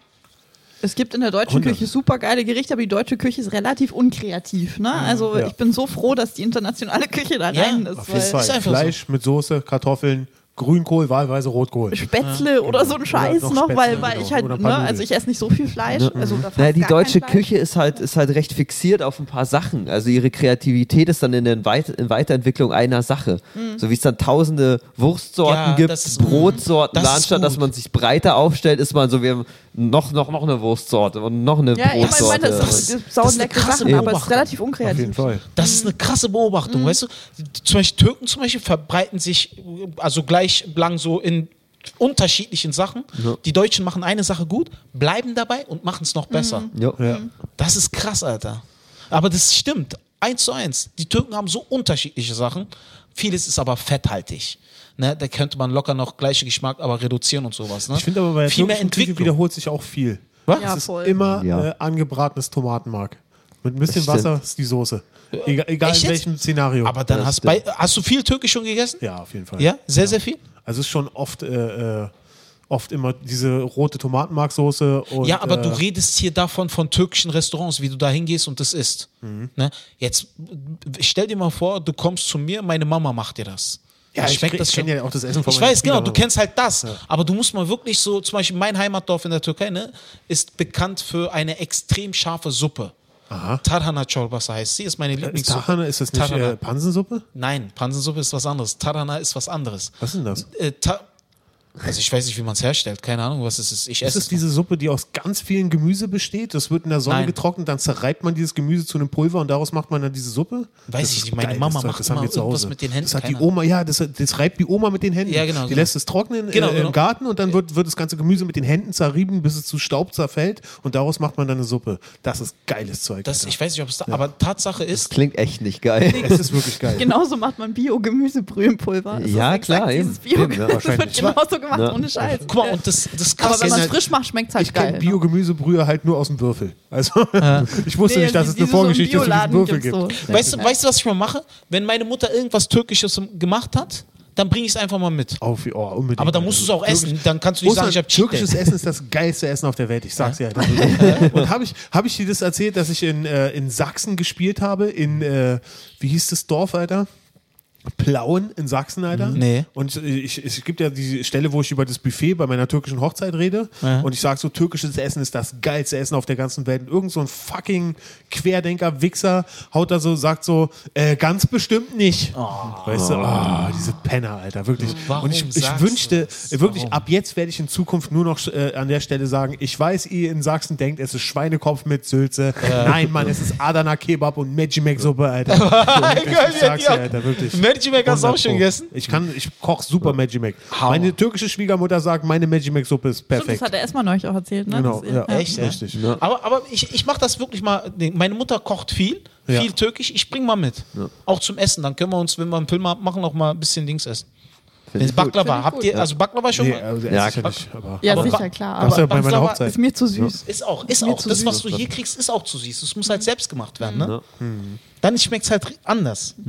[SPEAKER 4] Es gibt in der deutschen Küche super geile Gerichte, aber die deutsche Küche ist relativ unkreativ. Ne? Also
[SPEAKER 2] ja.
[SPEAKER 4] ich bin so froh, dass die internationale Küche da
[SPEAKER 1] Ja,
[SPEAKER 4] rein
[SPEAKER 1] auf
[SPEAKER 4] ist.
[SPEAKER 1] jeden
[SPEAKER 4] Weil
[SPEAKER 1] Fall. Ist einfach
[SPEAKER 2] Fleisch mit Soße, Kartoffeln, Grünkohl, wahlweise Rotkohl.
[SPEAKER 4] Spätzle oder so ein Scheiß
[SPEAKER 2] noch
[SPEAKER 4] noch, weil,
[SPEAKER 2] Spätzle,
[SPEAKER 4] weil
[SPEAKER 2] genau.
[SPEAKER 4] ich halt,
[SPEAKER 2] Oder ein
[SPEAKER 4] ne,
[SPEAKER 2] paar
[SPEAKER 4] also
[SPEAKER 2] Nudeln.
[SPEAKER 4] ich esse nicht so viel Fleisch. Also oder fast
[SPEAKER 3] Naja, die
[SPEAKER 4] gar kein
[SPEAKER 3] deutsche
[SPEAKER 4] Fleisch.
[SPEAKER 3] Küche ist halt, ist halt recht fixiert auf ein paar Sachen. Also ihre Kreativität ist dann in der Weit in Weiterentwicklung einer Sache.
[SPEAKER 4] Mhm.
[SPEAKER 3] So wie es dann tausende Wurstsorten
[SPEAKER 1] Ja,
[SPEAKER 3] gibt,
[SPEAKER 1] das ist-
[SPEAKER 3] Brotsorten,
[SPEAKER 1] das ist
[SPEAKER 3] da anstatt dass
[SPEAKER 1] gut.
[SPEAKER 3] man sich breiter aufstellt, ist man so, wir haben noch, noch, noch eine Wurstsorte und noch eine
[SPEAKER 4] Ja, ich meine, ich meine,
[SPEAKER 3] Brotsorte.
[SPEAKER 4] das
[SPEAKER 1] Das-
[SPEAKER 4] ist
[SPEAKER 1] das ist eine
[SPEAKER 4] sauleckere
[SPEAKER 1] krasse
[SPEAKER 4] Sachen, aber es ist
[SPEAKER 1] Beobachtung.
[SPEAKER 4] relativ
[SPEAKER 2] Auf jeden
[SPEAKER 4] unkreativ.
[SPEAKER 2] Fall.
[SPEAKER 1] Das ist eine krasse Beobachtung, weißt du? Die- Zum Beispiel Türken zum Beispiel verbreiten sich äh, also gleich lang so in unterschiedlichen Sachen. Die Deutschen machen eine Sache gut, bleiben dabei und machen es noch besser.
[SPEAKER 3] Jo.
[SPEAKER 2] Ja.
[SPEAKER 1] Das ist krass, Alter. Aber das stimmt. Eins zu eins. Die Türken haben so unterschiedliche Sachen. Vieles ist aber fetthaltig. Ne, da könnte man locker noch gleiche Geschmack, aber reduzieren und sowas. Ne?
[SPEAKER 2] Ich finde aber bei der
[SPEAKER 1] viel mehr
[SPEAKER 2] türkischen Küche
[SPEAKER 1] Entwicklung.
[SPEAKER 2] wiederholt sich auch viel.
[SPEAKER 1] Was?
[SPEAKER 4] Ja,
[SPEAKER 2] es ist
[SPEAKER 4] voll.
[SPEAKER 2] immer
[SPEAKER 3] Ja.
[SPEAKER 2] äh, angebratenes Tomatenmark. Mit ein bisschen
[SPEAKER 3] Das stimmt.
[SPEAKER 2] Wasser ist die Soße. Egal, egal
[SPEAKER 1] Äh, Echt
[SPEAKER 2] in
[SPEAKER 1] jetzt?
[SPEAKER 2] welchem Szenario.
[SPEAKER 1] aber dann
[SPEAKER 3] Das
[SPEAKER 1] hast, bei, hast du viel Türkisch schon gegessen?
[SPEAKER 2] ja, auf jeden Fall.
[SPEAKER 1] Ja, sehr, sehr viel.
[SPEAKER 2] Also es ist schon oft äh, äh, oft immer diese rote Tomatenmarksoße. Und,
[SPEAKER 1] ja, aber
[SPEAKER 2] äh,
[SPEAKER 1] du redest hier davon von türkischen Restaurants, wie du da hingehst und das isst.
[SPEAKER 2] Mhm.
[SPEAKER 1] Ne? Jetzt b- stell dir mal vor, du kommst zu mir, meine Mama macht dir das.
[SPEAKER 2] Ja,
[SPEAKER 1] Dann
[SPEAKER 2] ich krieg- ich kenn ja auch das Essen von
[SPEAKER 1] Ich
[SPEAKER 2] meiner
[SPEAKER 1] weiß, genau, du
[SPEAKER 2] Schwiegermama.
[SPEAKER 1] kennst halt das. Aber du musst mal wirklich so, zum Beispiel mein Heimatdorf in der Türkei, ne, ist bekannt für eine extrem scharfe Suppe. Tarhana Çorbası heißt sie, ist meine
[SPEAKER 2] Äh, Ist
[SPEAKER 1] Lieblingssuppe.
[SPEAKER 2] Tahane, ist das nicht
[SPEAKER 1] Tarhana.
[SPEAKER 2] äh, Pansensuppe?
[SPEAKER 1] Nein, Pansensuppe ist was anderes. Tarhana ist was anderes.
[SPEAKER 2] Was ist denn das?
[SPEAKER 1] Äh, Ta also ich weiß nicht, wie man es herstellt. Keine Ahnung, was es ist. Ich
[SPEAKER 2] Ist
[SPEAKER 1] esse
[SPEAKER 2] es
[SPEAKER 1] es.
[SPEAKER 2] diese Suppe, die aus ganz vielen Gemüse besteht? Das wird in der Sonne
[SPEAKER 1] Nein.
[SPEAKER 2] getrocknet, dann zerreibt man dieses Gemüse zu einem Pulver und daraus macht man dann diese Suppe?
[SPEAKER 1] Weiß
[SPEAKER 2] Das
[SPEAKER 1] ich
[SPEAKER 2] ist
[SPEAKER 1] nicht, meine
[SPEAKER 2] geiles
[SPEAKER 1] Mama
[SPEAKER 2] Zeug,
[SPEAKER 1] macht
[SPEAKER 2] das haben
[SPEAKER 1] immer
[SPEAKER 2] wir zu Hause.
[SPEAKER 1] irgendwas mit den Händen,
[SPEAKER 2] Das hat die
[SPEAKER 1] keine
[SPEAKER 2] Oma, ja, das, das reibt die Oma mit den Händen.
[SPEAKER 1] Ja, genau,
[SPEAKER 2] Die
[SPEAKER 1] genau.
[SPEAKER 2] lässt es trocknen
[SPEAKER 1] Genau,
[SPEAKER 2] äh,
[SPEAKER 1] genau.
[SPEAKER 2] im Garten und dann wird, wird das ganze Gemüse mit den Händen zerrieben, bis es zu Staub zerfällt und daraus macht man dann eine Suppe. Das ist geiles Zeug.
[SPEAKER 1] Das,
[SPEAKER 2] Alter.
[SPEAKER 1] ich weiß nicht, ob es da, aber Tatsache ist,
[SPEAKER 3] Klingt echt nicht geil.
[SPEAKER 2] es ist wirklich geil.
[SPEAKER 4] Genauso macht man Bio-Gemüsebrühe im Pulver. Das
[SPEAKER 3] Ja,
[SPEAKER 4] ist exakt
[SPEAKER 3] klar,
[SPEAKER 4] Dieses
[SPEAKER 3] eben.
[SPEAKER 4] Bio
[SPEAKER 3] Eben, ja,
[SPEAKER 4] das wird
[SPEAKER 2] wahrscheinlich.
[SPEAKER 4] genauso gemacht,
[SPEAKER 3] Ja.
[SPEAKER 4] ohne Scheiß.
[SPEAKER 1] guck mal, und das, das
[SPEAKER 4] Aber
[SPEAKER 1] Krasse
[SPEAKER 4] wenn
[SPEAKER 1] ist,
[SPEAKER 4] man es
[SPEAKER 2] halt-
[SPEAKER 4] frisch macht, schmeckt es halt
[SPEAKER 2] Ich
[SPEAKER 4] geil.
[SPEAKER 2] kenne Bio-Gemüsebrühe halt nur aus dem Würfel. Also, ich wusste
[SPEAKER 4] Nee,
[SPEAKER 2] nicht, dass
[SPEAKER 4] die-
[SPEAKER 2] es eine
[SPEAKER 4] die so im
[SPEAKER 2] Vorgeschichte zu diesem
[SPEAKER 4] Bioladen
[SPEAKER 2] Würfel
[SPEAKER 4] gibt's
[SPEAKER 2] gibt.
[SPEAKER 4] so.
[SPEAKER 1] weißt, du, weißt du, was ich mal mache? Wenn meine Mutter irgendwas Türkisches gemacht hat, dann bringe ich es einfach mal mit.
[SPEAKER 2] Auf, oh, unbedingt.
[SPEAKER 1] Aber dann musst du es auch essen. Dann kannst du nicht sagen, ich habe
[SPEAKER 2] türkisches Essen ist das geilste Essen auf der Welt. Ich sag's ja. Und habe ich, hab ich dir das erzählt, dass ich in, äh, in Sachsen gespielt habe? In, äh, wie hieß das Dorf, Alter? Plauen in Sachsen, Alter.
[SPEAKER 1] Mhm. Nee.
[SPEAKER 2] Und ich, ich, es gibt ja die Stelle, wo ich über das Buffet bei meiner türkischen Hochzeit rede.
[SPEAKER 1] Ja.
[SPEAKER 2] Und ich sage so, türkisches Essen ist das geilste Essen auf der ganzen Welt. Und irgend so ein fucking Querdenker, Wichser haut da so, sagt so, äh, ganz bestimmt nicht.
[SPEAKER 1] Oh.
[SPEAKER 2] Weißt du, ah, diese Penner, Alter, wirklich.
[SPEAKER 1] Warum
[SPEAKER 2] und ich, ich
[SPEAKER 1] sagst du
[SPEAKER 2] wünschte,
[SPEAKER 1] das?
[SPEAKER 2] wirklich,
[SPEAKER 1] Warum?
[SPEAKER 2] ab jetzt werde ich in Zukunft nur noch äh, an der Stelle sagen, ich weiß, ihr in Sachsen denkt, es ist Schweinekopf mit Sülze. Nein, Mann, es ist Adana Kebab und Mejimek-Suppe, Alter. ich sag's dir, Alter, wirklich.
[SPEAKER 1] Mejimek hast du auch
[SPEAKER 2] 100
[SPEAKER 1] schon
[SPEAKER 2] Pro.
[SPEAKER 1] gegessen?
[SPEAKER 2] Ich kann, ich koche super Mejimek. Meine türkische Schwiegermutter sagt, meine Mejimek-Suppe ist
[SPEAKER 4] Stimmt,
[SPEAKER 2] perfekt.
[SPEAKER 4] das hat er erstmal neulich auch erzählt. Ne?
[SPEAKER 2] Genau,
[SPEAKER 4] das,
[SPEAKER 2] ja.
[SPEAKER 1] Echt, ja?
[SPEAKER 2] Richtig.
[SPEAKER 1] Aber, aber ich, ich mache das wirklich mal. nee, Meine Mutter kocht viel,
[SPEAKER 2] Ja.
[SPEAKER 1] viel türkisch. Ich bringe mal mit. Auch zum Essen. Dann können wir uns, wenn wir einen Film machen, noch mal ein bisschen Dings essen.
[SPEAKER 3] Find ich gut.
[SPEAKER 1] Baklava.
[SPEAKER 4] Find ich
[SPEAKER 1] Habt
[SPEAKER 4] gut.
[SPEAKER 1] ihr, also Baklava schon
[SPEAKER 2] Nee,
[SPEAKER 1] mal?
[SPEAKER 2] also
[SPEAKER 3] Ja,
[SPEAKER 2] ja,
[SPEAKER 3] klar.
[SPEAKER 2] nicht, aber
[SPEAKER 4] Ja,
[SPEAKER 1] Aber-
[SPEAKER 4] sicher, klar.
[SPEAKER 2] gab's ja
[SPEAKER 4] Aber
[SPEAKER 2] bei meiner
[SPEAKER 1] Baklava
[SPEAKER 2] Hochzeit.
[SPEAKER 4] ist mir zu süß.
[SPEAKER 1] Ist auch, ist
[SPEAKER 4] Mir
[SPEAKER 1] auch.
[SPEAKER 4] zu
[SPEAKER 1] Das,
[SPEAKER 4] süß. Mhm.
[SPEAKER 1] was du hier kriegst, ist auch zu süß. Es muss halt selbst gemacht werden, ne?
[SPEAKER 2] Mhm.
[SPEAKER 1] Dann schmeckt es halt ri- anders.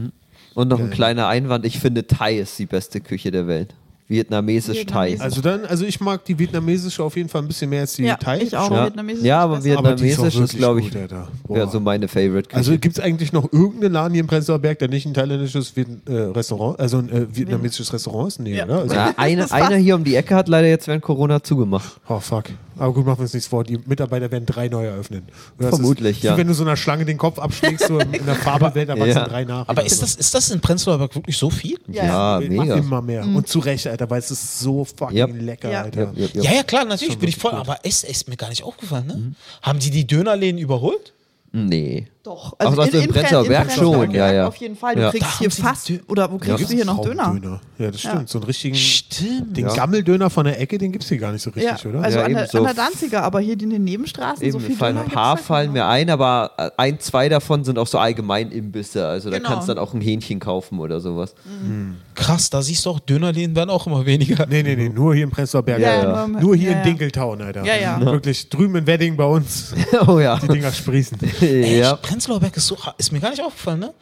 [SPEAKER 3] Und noch ein kleiner Einwand, ich finde Thai ist die beste Küche der Welt. Vietnamesisch Thai.
[SPEAKER 4] Vietnamesisch.
[SPEAKER 2] Also dann, also ich mag die vietnamesische auf jeden Fall ein bisschen mehr als die
[SPEAKER 4] Ja,
[SPEAKER 2] Thai.
[SPEAKER 4] ich auch.
[SPEAKER 3] ja.
[SPEAKER 4] Also, Vietnamesisch
[SPEAKER 3] ja,
[SPEAKER 4] ist
[SPEAKER 3] aber
[SPEAKER 4] besser.
[SPEAKER 2] Aber
[SPEAKER 3] Vietnamesisch
[SPEAKER 2] die ist auch
[SPEAKER 3] ist, glaube ich,
[SPEAKER 2] wirklich gut, Alter. Boah.
[SPEAKER 3] ja, so meine Favorite-Küche.
[SPEAKER 2] Also gibt es eigentlich noch irgendeinen Laden hier im Prenzlauer Berg, der nicht ein thailändisches Viet äh, Restaurant, also ein äh, vietnamesisches Restaurant ist? Nee, oder? Also,
[SPEAKER 3] ja, eine, einer hier um die Ecke hat leider jetzt während Corona zugemacht.
[SPEAKER 2] Oh fuck. Aber gut, machen wir uns nichts vor. Die Mitarbeiter werden drei neue eröffnen. Oder das
[SPEAKER 3] Vermutlich,
[SPEAKER 2] ist,
[SPEAKER 3] ja.
[SPEAKER 2] Wie wenn du so einer Schlange den Kopf abschlägst, so in, in der Farbe-Welt, da wachsen
[SPEAKER 3] Ja.
[SPEAKER 2] drei nach.
[SPEAKER 1] Aber
[SPEAKER 2] oder
[SPEAKER 1] ist
[SPEAKER 2] so.
[SPEAKER 1] das, ist das in Prenzlauer Berg wirklich so viel?
[SPEAKER 4] Ja, ja.
[SPEAKER 3] Ja, mega.
[SPEAKER 2] Immer mehr. Und zu Recht, Alter, weil es ist so fucking
[SPEAKER 3] Yep.
[SPEAKER 2] lecker,
[SPEAKER 4] Mhm. Ja.
[SPEAKER 2] Alter.
[SPEAKER 3] Ja, ja.
[SPEAKER 1] Ja, ja, klar, natürlich bin ich voll. Aber es ist mir gar nicht aufgefallen, ne? Haben die die Dönerläden überholt?
[SPEAKER 3] Nee.
[SPEAKER 4] Doch. Also
[SPEAKER 3] Ach, das ist im Prenzlauer Berg schon, ja, ja.
[SPEAKER 4] Auf jeden Fall. Du
[SPEAKER 3] Ja.
[SPEAKER 4] kriegst
[SPEAKER 1] Da
[SPEAKER 4] hier
[SPEAKER 1] haben sie
[SPEAKER 4] fast,
[SPEAKER 1] Dö-
[SPEAKER 4] oder wo kriegst du hier noch Döner?
[SPEAKER 2] Döner. Ja, das stimmt. So einen richtigen,
[SPEAKER 1] Stimmt.
[SPEAKER 2] den Gammeldöner von der Ecke, den gibt's hier gar nicht so
[SPEAKER 4] Ja,
[SPEAKER 2] richtig, oder?
[SPEAKER 4] also
[SPEAKER 3] Ja,
[SPEAKER 4] an, der,
[SPEAKER 3] ebenso.
[SPEAKER 4] an der Danziger, aber hier in den Nebenstraßen so
[SPEAKER 3] Eben,
[SPEAKER 4] viel
[SPEAKER 3] fallen
[SPEAKER 4] Döner
[SPEAKER 3] ein
[SPEAKER 4] gibt's halt
[SPEAKER 3] paar
[SPEAKER 4] da
[SPEAKER 3] fallen
[SPEAKER 4] kaum.
[SPEAKER 3] mir ein, aber äh, ein, zwei davon sind auch so allgemein Imbisse. Also da
[SPEAKER 4] Genau.
[SPEAKER 3] kannst du dann auch ein Hähnchen kaufen oder sowas.
[SPEAKER 1] Krass, da siehst du auch, Dönerläden werden auch immer weniger.
[SPEAKER 2] Nee, nee, nee, nur hier im Prenzlauer Berg.
[SPEAKER 4] Mhm. Ja,
[SPEAKER 2] Alter.
[SPEAKER 4] ja, nur im-
[SPEAKER 2] Nur hier
[SPEAKER 4] ja,
[SPEAKER 2] in
[SPEAKER 4] ja.
[SPEAKER 2] Dinkeltown, Alter. Mhm.
[SPEAKER 4] Ja, ja.
[SPEAKER 2] Wirklich drüben in Wedding bei uns.
[SPEAKER 4] Mhm.
[SPEAKER 3] oh ja.
[SPEAKER 2] Die Dinger sprießen.
[SPEAKER 1] Echt?
[SPEAKER 3] ja.
[SPEAKER 1] Prenzlauer Berg ist so, ist mir gar nicht aufgefallen, ne?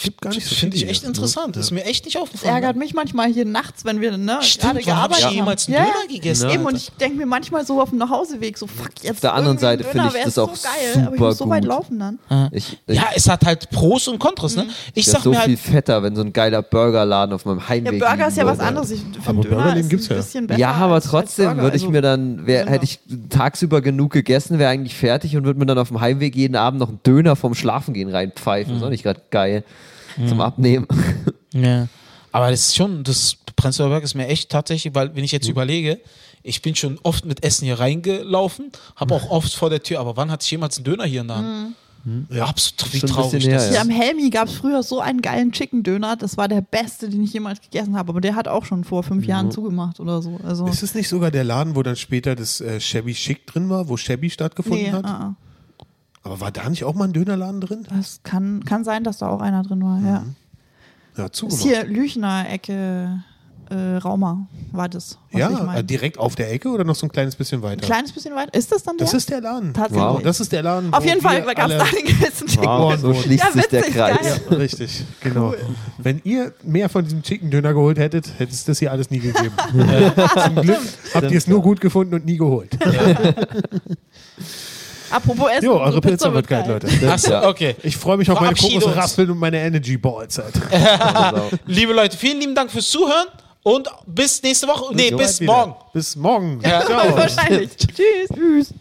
[SPEAKER 1] Gibt
[SPEAKER 2] gar nicht so
[SPEAKER 1] Finde ich
[SPEAKER 2] viele
[SPEAKER 1] echt
[SPEAKER 2] hier.
[SPEAKER 1] interessant. Ist mir echt nicht
[SPEAKER 4] Das
[SPEAKER 1] aufgefallen. ne?
[SPEAKER 4] ärgert mich manchmal hier nachts, wenn wir ne, gerade
[SPEAKER 1] Stimmt, wann hab ich
[SPEAKER 4] gearbeitet haben.
[SPEAKER 1] jemals einen
[SPEAKER 4] Ja,
[SPEAKER 1] Döner
[SPEAKER 4] ja.
[SPEAKER 1] gegessen,
[SPEAKER 4] Eben,
[SPEAKER 1] Alter?
[SPEAKER 4] und ich denke mir manchmal so auf dem Nachhauseweg, so fuck, jetzt
[SPEAKER 3] Auf der anderen
[SPEAKER 4] irgendwie ein
[SPEAKER 3] Seite
[SPEAKER 4] Döner
[SPEAKER 3] finde ich
[SPEAKER 4] wär
[SPEAKER 3] das
[SPEAKER 4] so
[SPEAKER 3] auch
[SPEAKER 4] geil, aber ich muss so
[SPEAKER 3] super
[SPEAKER 4] weit
[SPEAKER 3] gut.
[SPEAKER 4] laufen dann.
[SPEAKER 2] Ah,
[SPEAKER 3] Ich, ich,
[SPEAKER 1] Ja, es hat halt Pros und Kontras,
[SPEAKER 4] Mhm.
[SPEAKER 1] ne? Ich
[SPEAKER 3] das ist
[SPEAKER 1] sag
[SPEAKER 3] so
[SPEAKER 1] mir
[SPEAKER 3] viel
[SPEAKER 1] halt,
[SPEAKER 3] fetter, wenn so ein geiler Burgerladen auf meinem
[SPEAKER 4] Ja,
[SPEAKER 3] Heimweg
[SPEAKER 4] Burger ist ja
[SPEAKER 3] liegen
[SPEAKER 4] was
[SPEAKER 3] würde.
[SPEAKER 4] anderes. Ich
[SPEAKER 2] Aber
[SPEAKER 4] finde Döner
[SPEAKER 2] Burgerläden
[SPEAKER 4] ist
[SPEAKER 2] gibt's
[SPEAKER 4] ein
[SPEAKER 2] ja.
[SPEAKER 4] bisschen besser.
[SPEAKER 3] Ja, aber
[SPEAKER 4] als- als
[SPEAKER 3] trotzdem
[SPEAKER 4] Burger.
[SPEAKER 3] würde ich
[SPEAKER 4] Also,
[SPEAKER 3] mir dann, wär, hätte ich tagsüber genug gegessen, wäre eigentlich fertig und würde mir dann auf dem Heimweg jeden Abend noch einen Döner vom Schlafengehen reinpfeifen. Ist auch nicht gerade geil zum Abnehmen.
[SPEAKER 1] ja. aber das ist schon, das Prenzlauer Berg ist mir echt tatsächlich, weil wenn ich
[SPEAKER 3] Mhm.
[SPEAKER 1] jetzt überlege, ich bin schon oft mit Essen hier reingelaufen, habe
[SPEAKER 3] Mhm.
[SPEAKER 1] auch oft vor der Tür, aber wann hatte ich jemals einen Döner hier in der Hand?
[SPEAKER 4] Mhm.
[SPEAKER 1] Ja, absolut, wie
[SPEAKER 3] Mhm. Schon ein
[SPEAKER 1] traurig
[SPEAKER 3] bisschen
[SPEAKER 1] das
[SPEAKER 3] her,
[SPEAKER 1] ist.
[SPEAKER 4] Hier am Helmi gab es früher so einen geilen Chicken-Döner. Das war der beste, den ich jemals gegessen habe. Aber der hat auch schon vor fünf
[SPEAKER 3] Mhm.
[SPEAKER 4] Jahren zugemacht oder so. Also,
[SPEAKER 2] Ist es nicht sogar der Laden, wo dann später das äh, Shabby Chic drin war, wo Shabby stattgefunden
[SPEAKER 4] nee,
[SPEAKER 2] hat?
[SPEAKER 4] ah, ah.
[SPEAKER 2] Aber war da nicht auch mal ein Dönerladen drin?
[SPEAKER 4] das
[SPEAKER 3] Mhm.
[SPEAKER 4] kann, kann sein, dass da auch einer drin war. Ja.
[SPEAKER 2] Oh, Ja, zugemacht.
[SPEAKER 4] Ist hier Lüchner-Ecke. äh, Rauma war das. Was ich
[SPEAKER 2] Ja,
[SPEAKER 4] meine.
[SPEAKER 2] äh, direkt auf der Ecke oder noch so ein kleines bisschen weiter?
[SPEAKER 4] Ein kleines bisschen weit. Ist das dann
[SPEAKER 2] das
[SPEAKER 4] der?
[SPEAKER 2] ist der Laden.
[SPEAKER 4] Tatsächlich.
[SPEAKER 2] Wow. Das ist der Laden.
[SPEAKER 4] Auf
[SPEAKER 2] wo
[SPEAKER 4] jeden Fall
[SPEAKER 2] wir
[SPEAKER 4] gab es da
[SPEAKER 2] alle-
[SPEAKER 4] den geilsten Chicken.
[SPEAKER 3] Wow, so
[SPEAKER 2] Ding.
[SPEAKER 3] schließt
[SPEAKER 4] Ja,
[SPEAKER 3] sich der
[SPEAKER 4] witzig,
[SPEAKER 3] Kreis.
[SPEAKER 4] geil.
[SPEAKER 2] Ja, richtig, genau. Wenn ihr mehr von diesem Chicken Döner geholt hättet, hätte es das hier alles nie gegeben. Zum Glück habt ihr es nur gut gefunden und nie geholt.
[SPEAKER 4] Apropos Essen.
[SPEAKER 2] Jo,
[SPEAKER 4] unsere
[SPEAKER 2] eure Pizza wird geil, Leute.
[SPEAKER 1] Achso,
[SPEAKER 3] Ja.
[SPEAKER 1] okay.
[SPEAKER 2] Ich freue mich auf meine
[SPEAKER 1] Verabschiede uns.
[SPEAKER 2] Kokosraspeln und meine Energy Balls. Alter.
[SPEAKER 3] Genau.
[SPEAKER 1] Liebe Leute, vielen lieben Dank fürs Zuhören und bis nächste Woche. Nee, bis
[SPEAKER 2] Bald wieder.
[SPEAKER 1] morgen.
[SPEAKER 2] Bis morgen.
[SPEAKER 1] Ja.
[SPEAKER 2] Ciao.
[SPEAKER 4] Wahrscheinlich. Tschüss. Tschüss.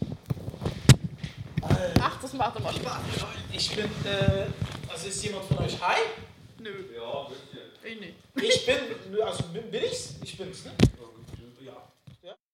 [SPEAKER 4] Ach, das macht immer Spaß.
[SPEAKER 1] Ich bin, äh, also ist jemand von euch high?
[SPEAKER 4] Nö. Ja, Ich nicht.
[SPEAKER 1] Ich bin, also bin, bin ich's? Ich bin's, ne? Ja.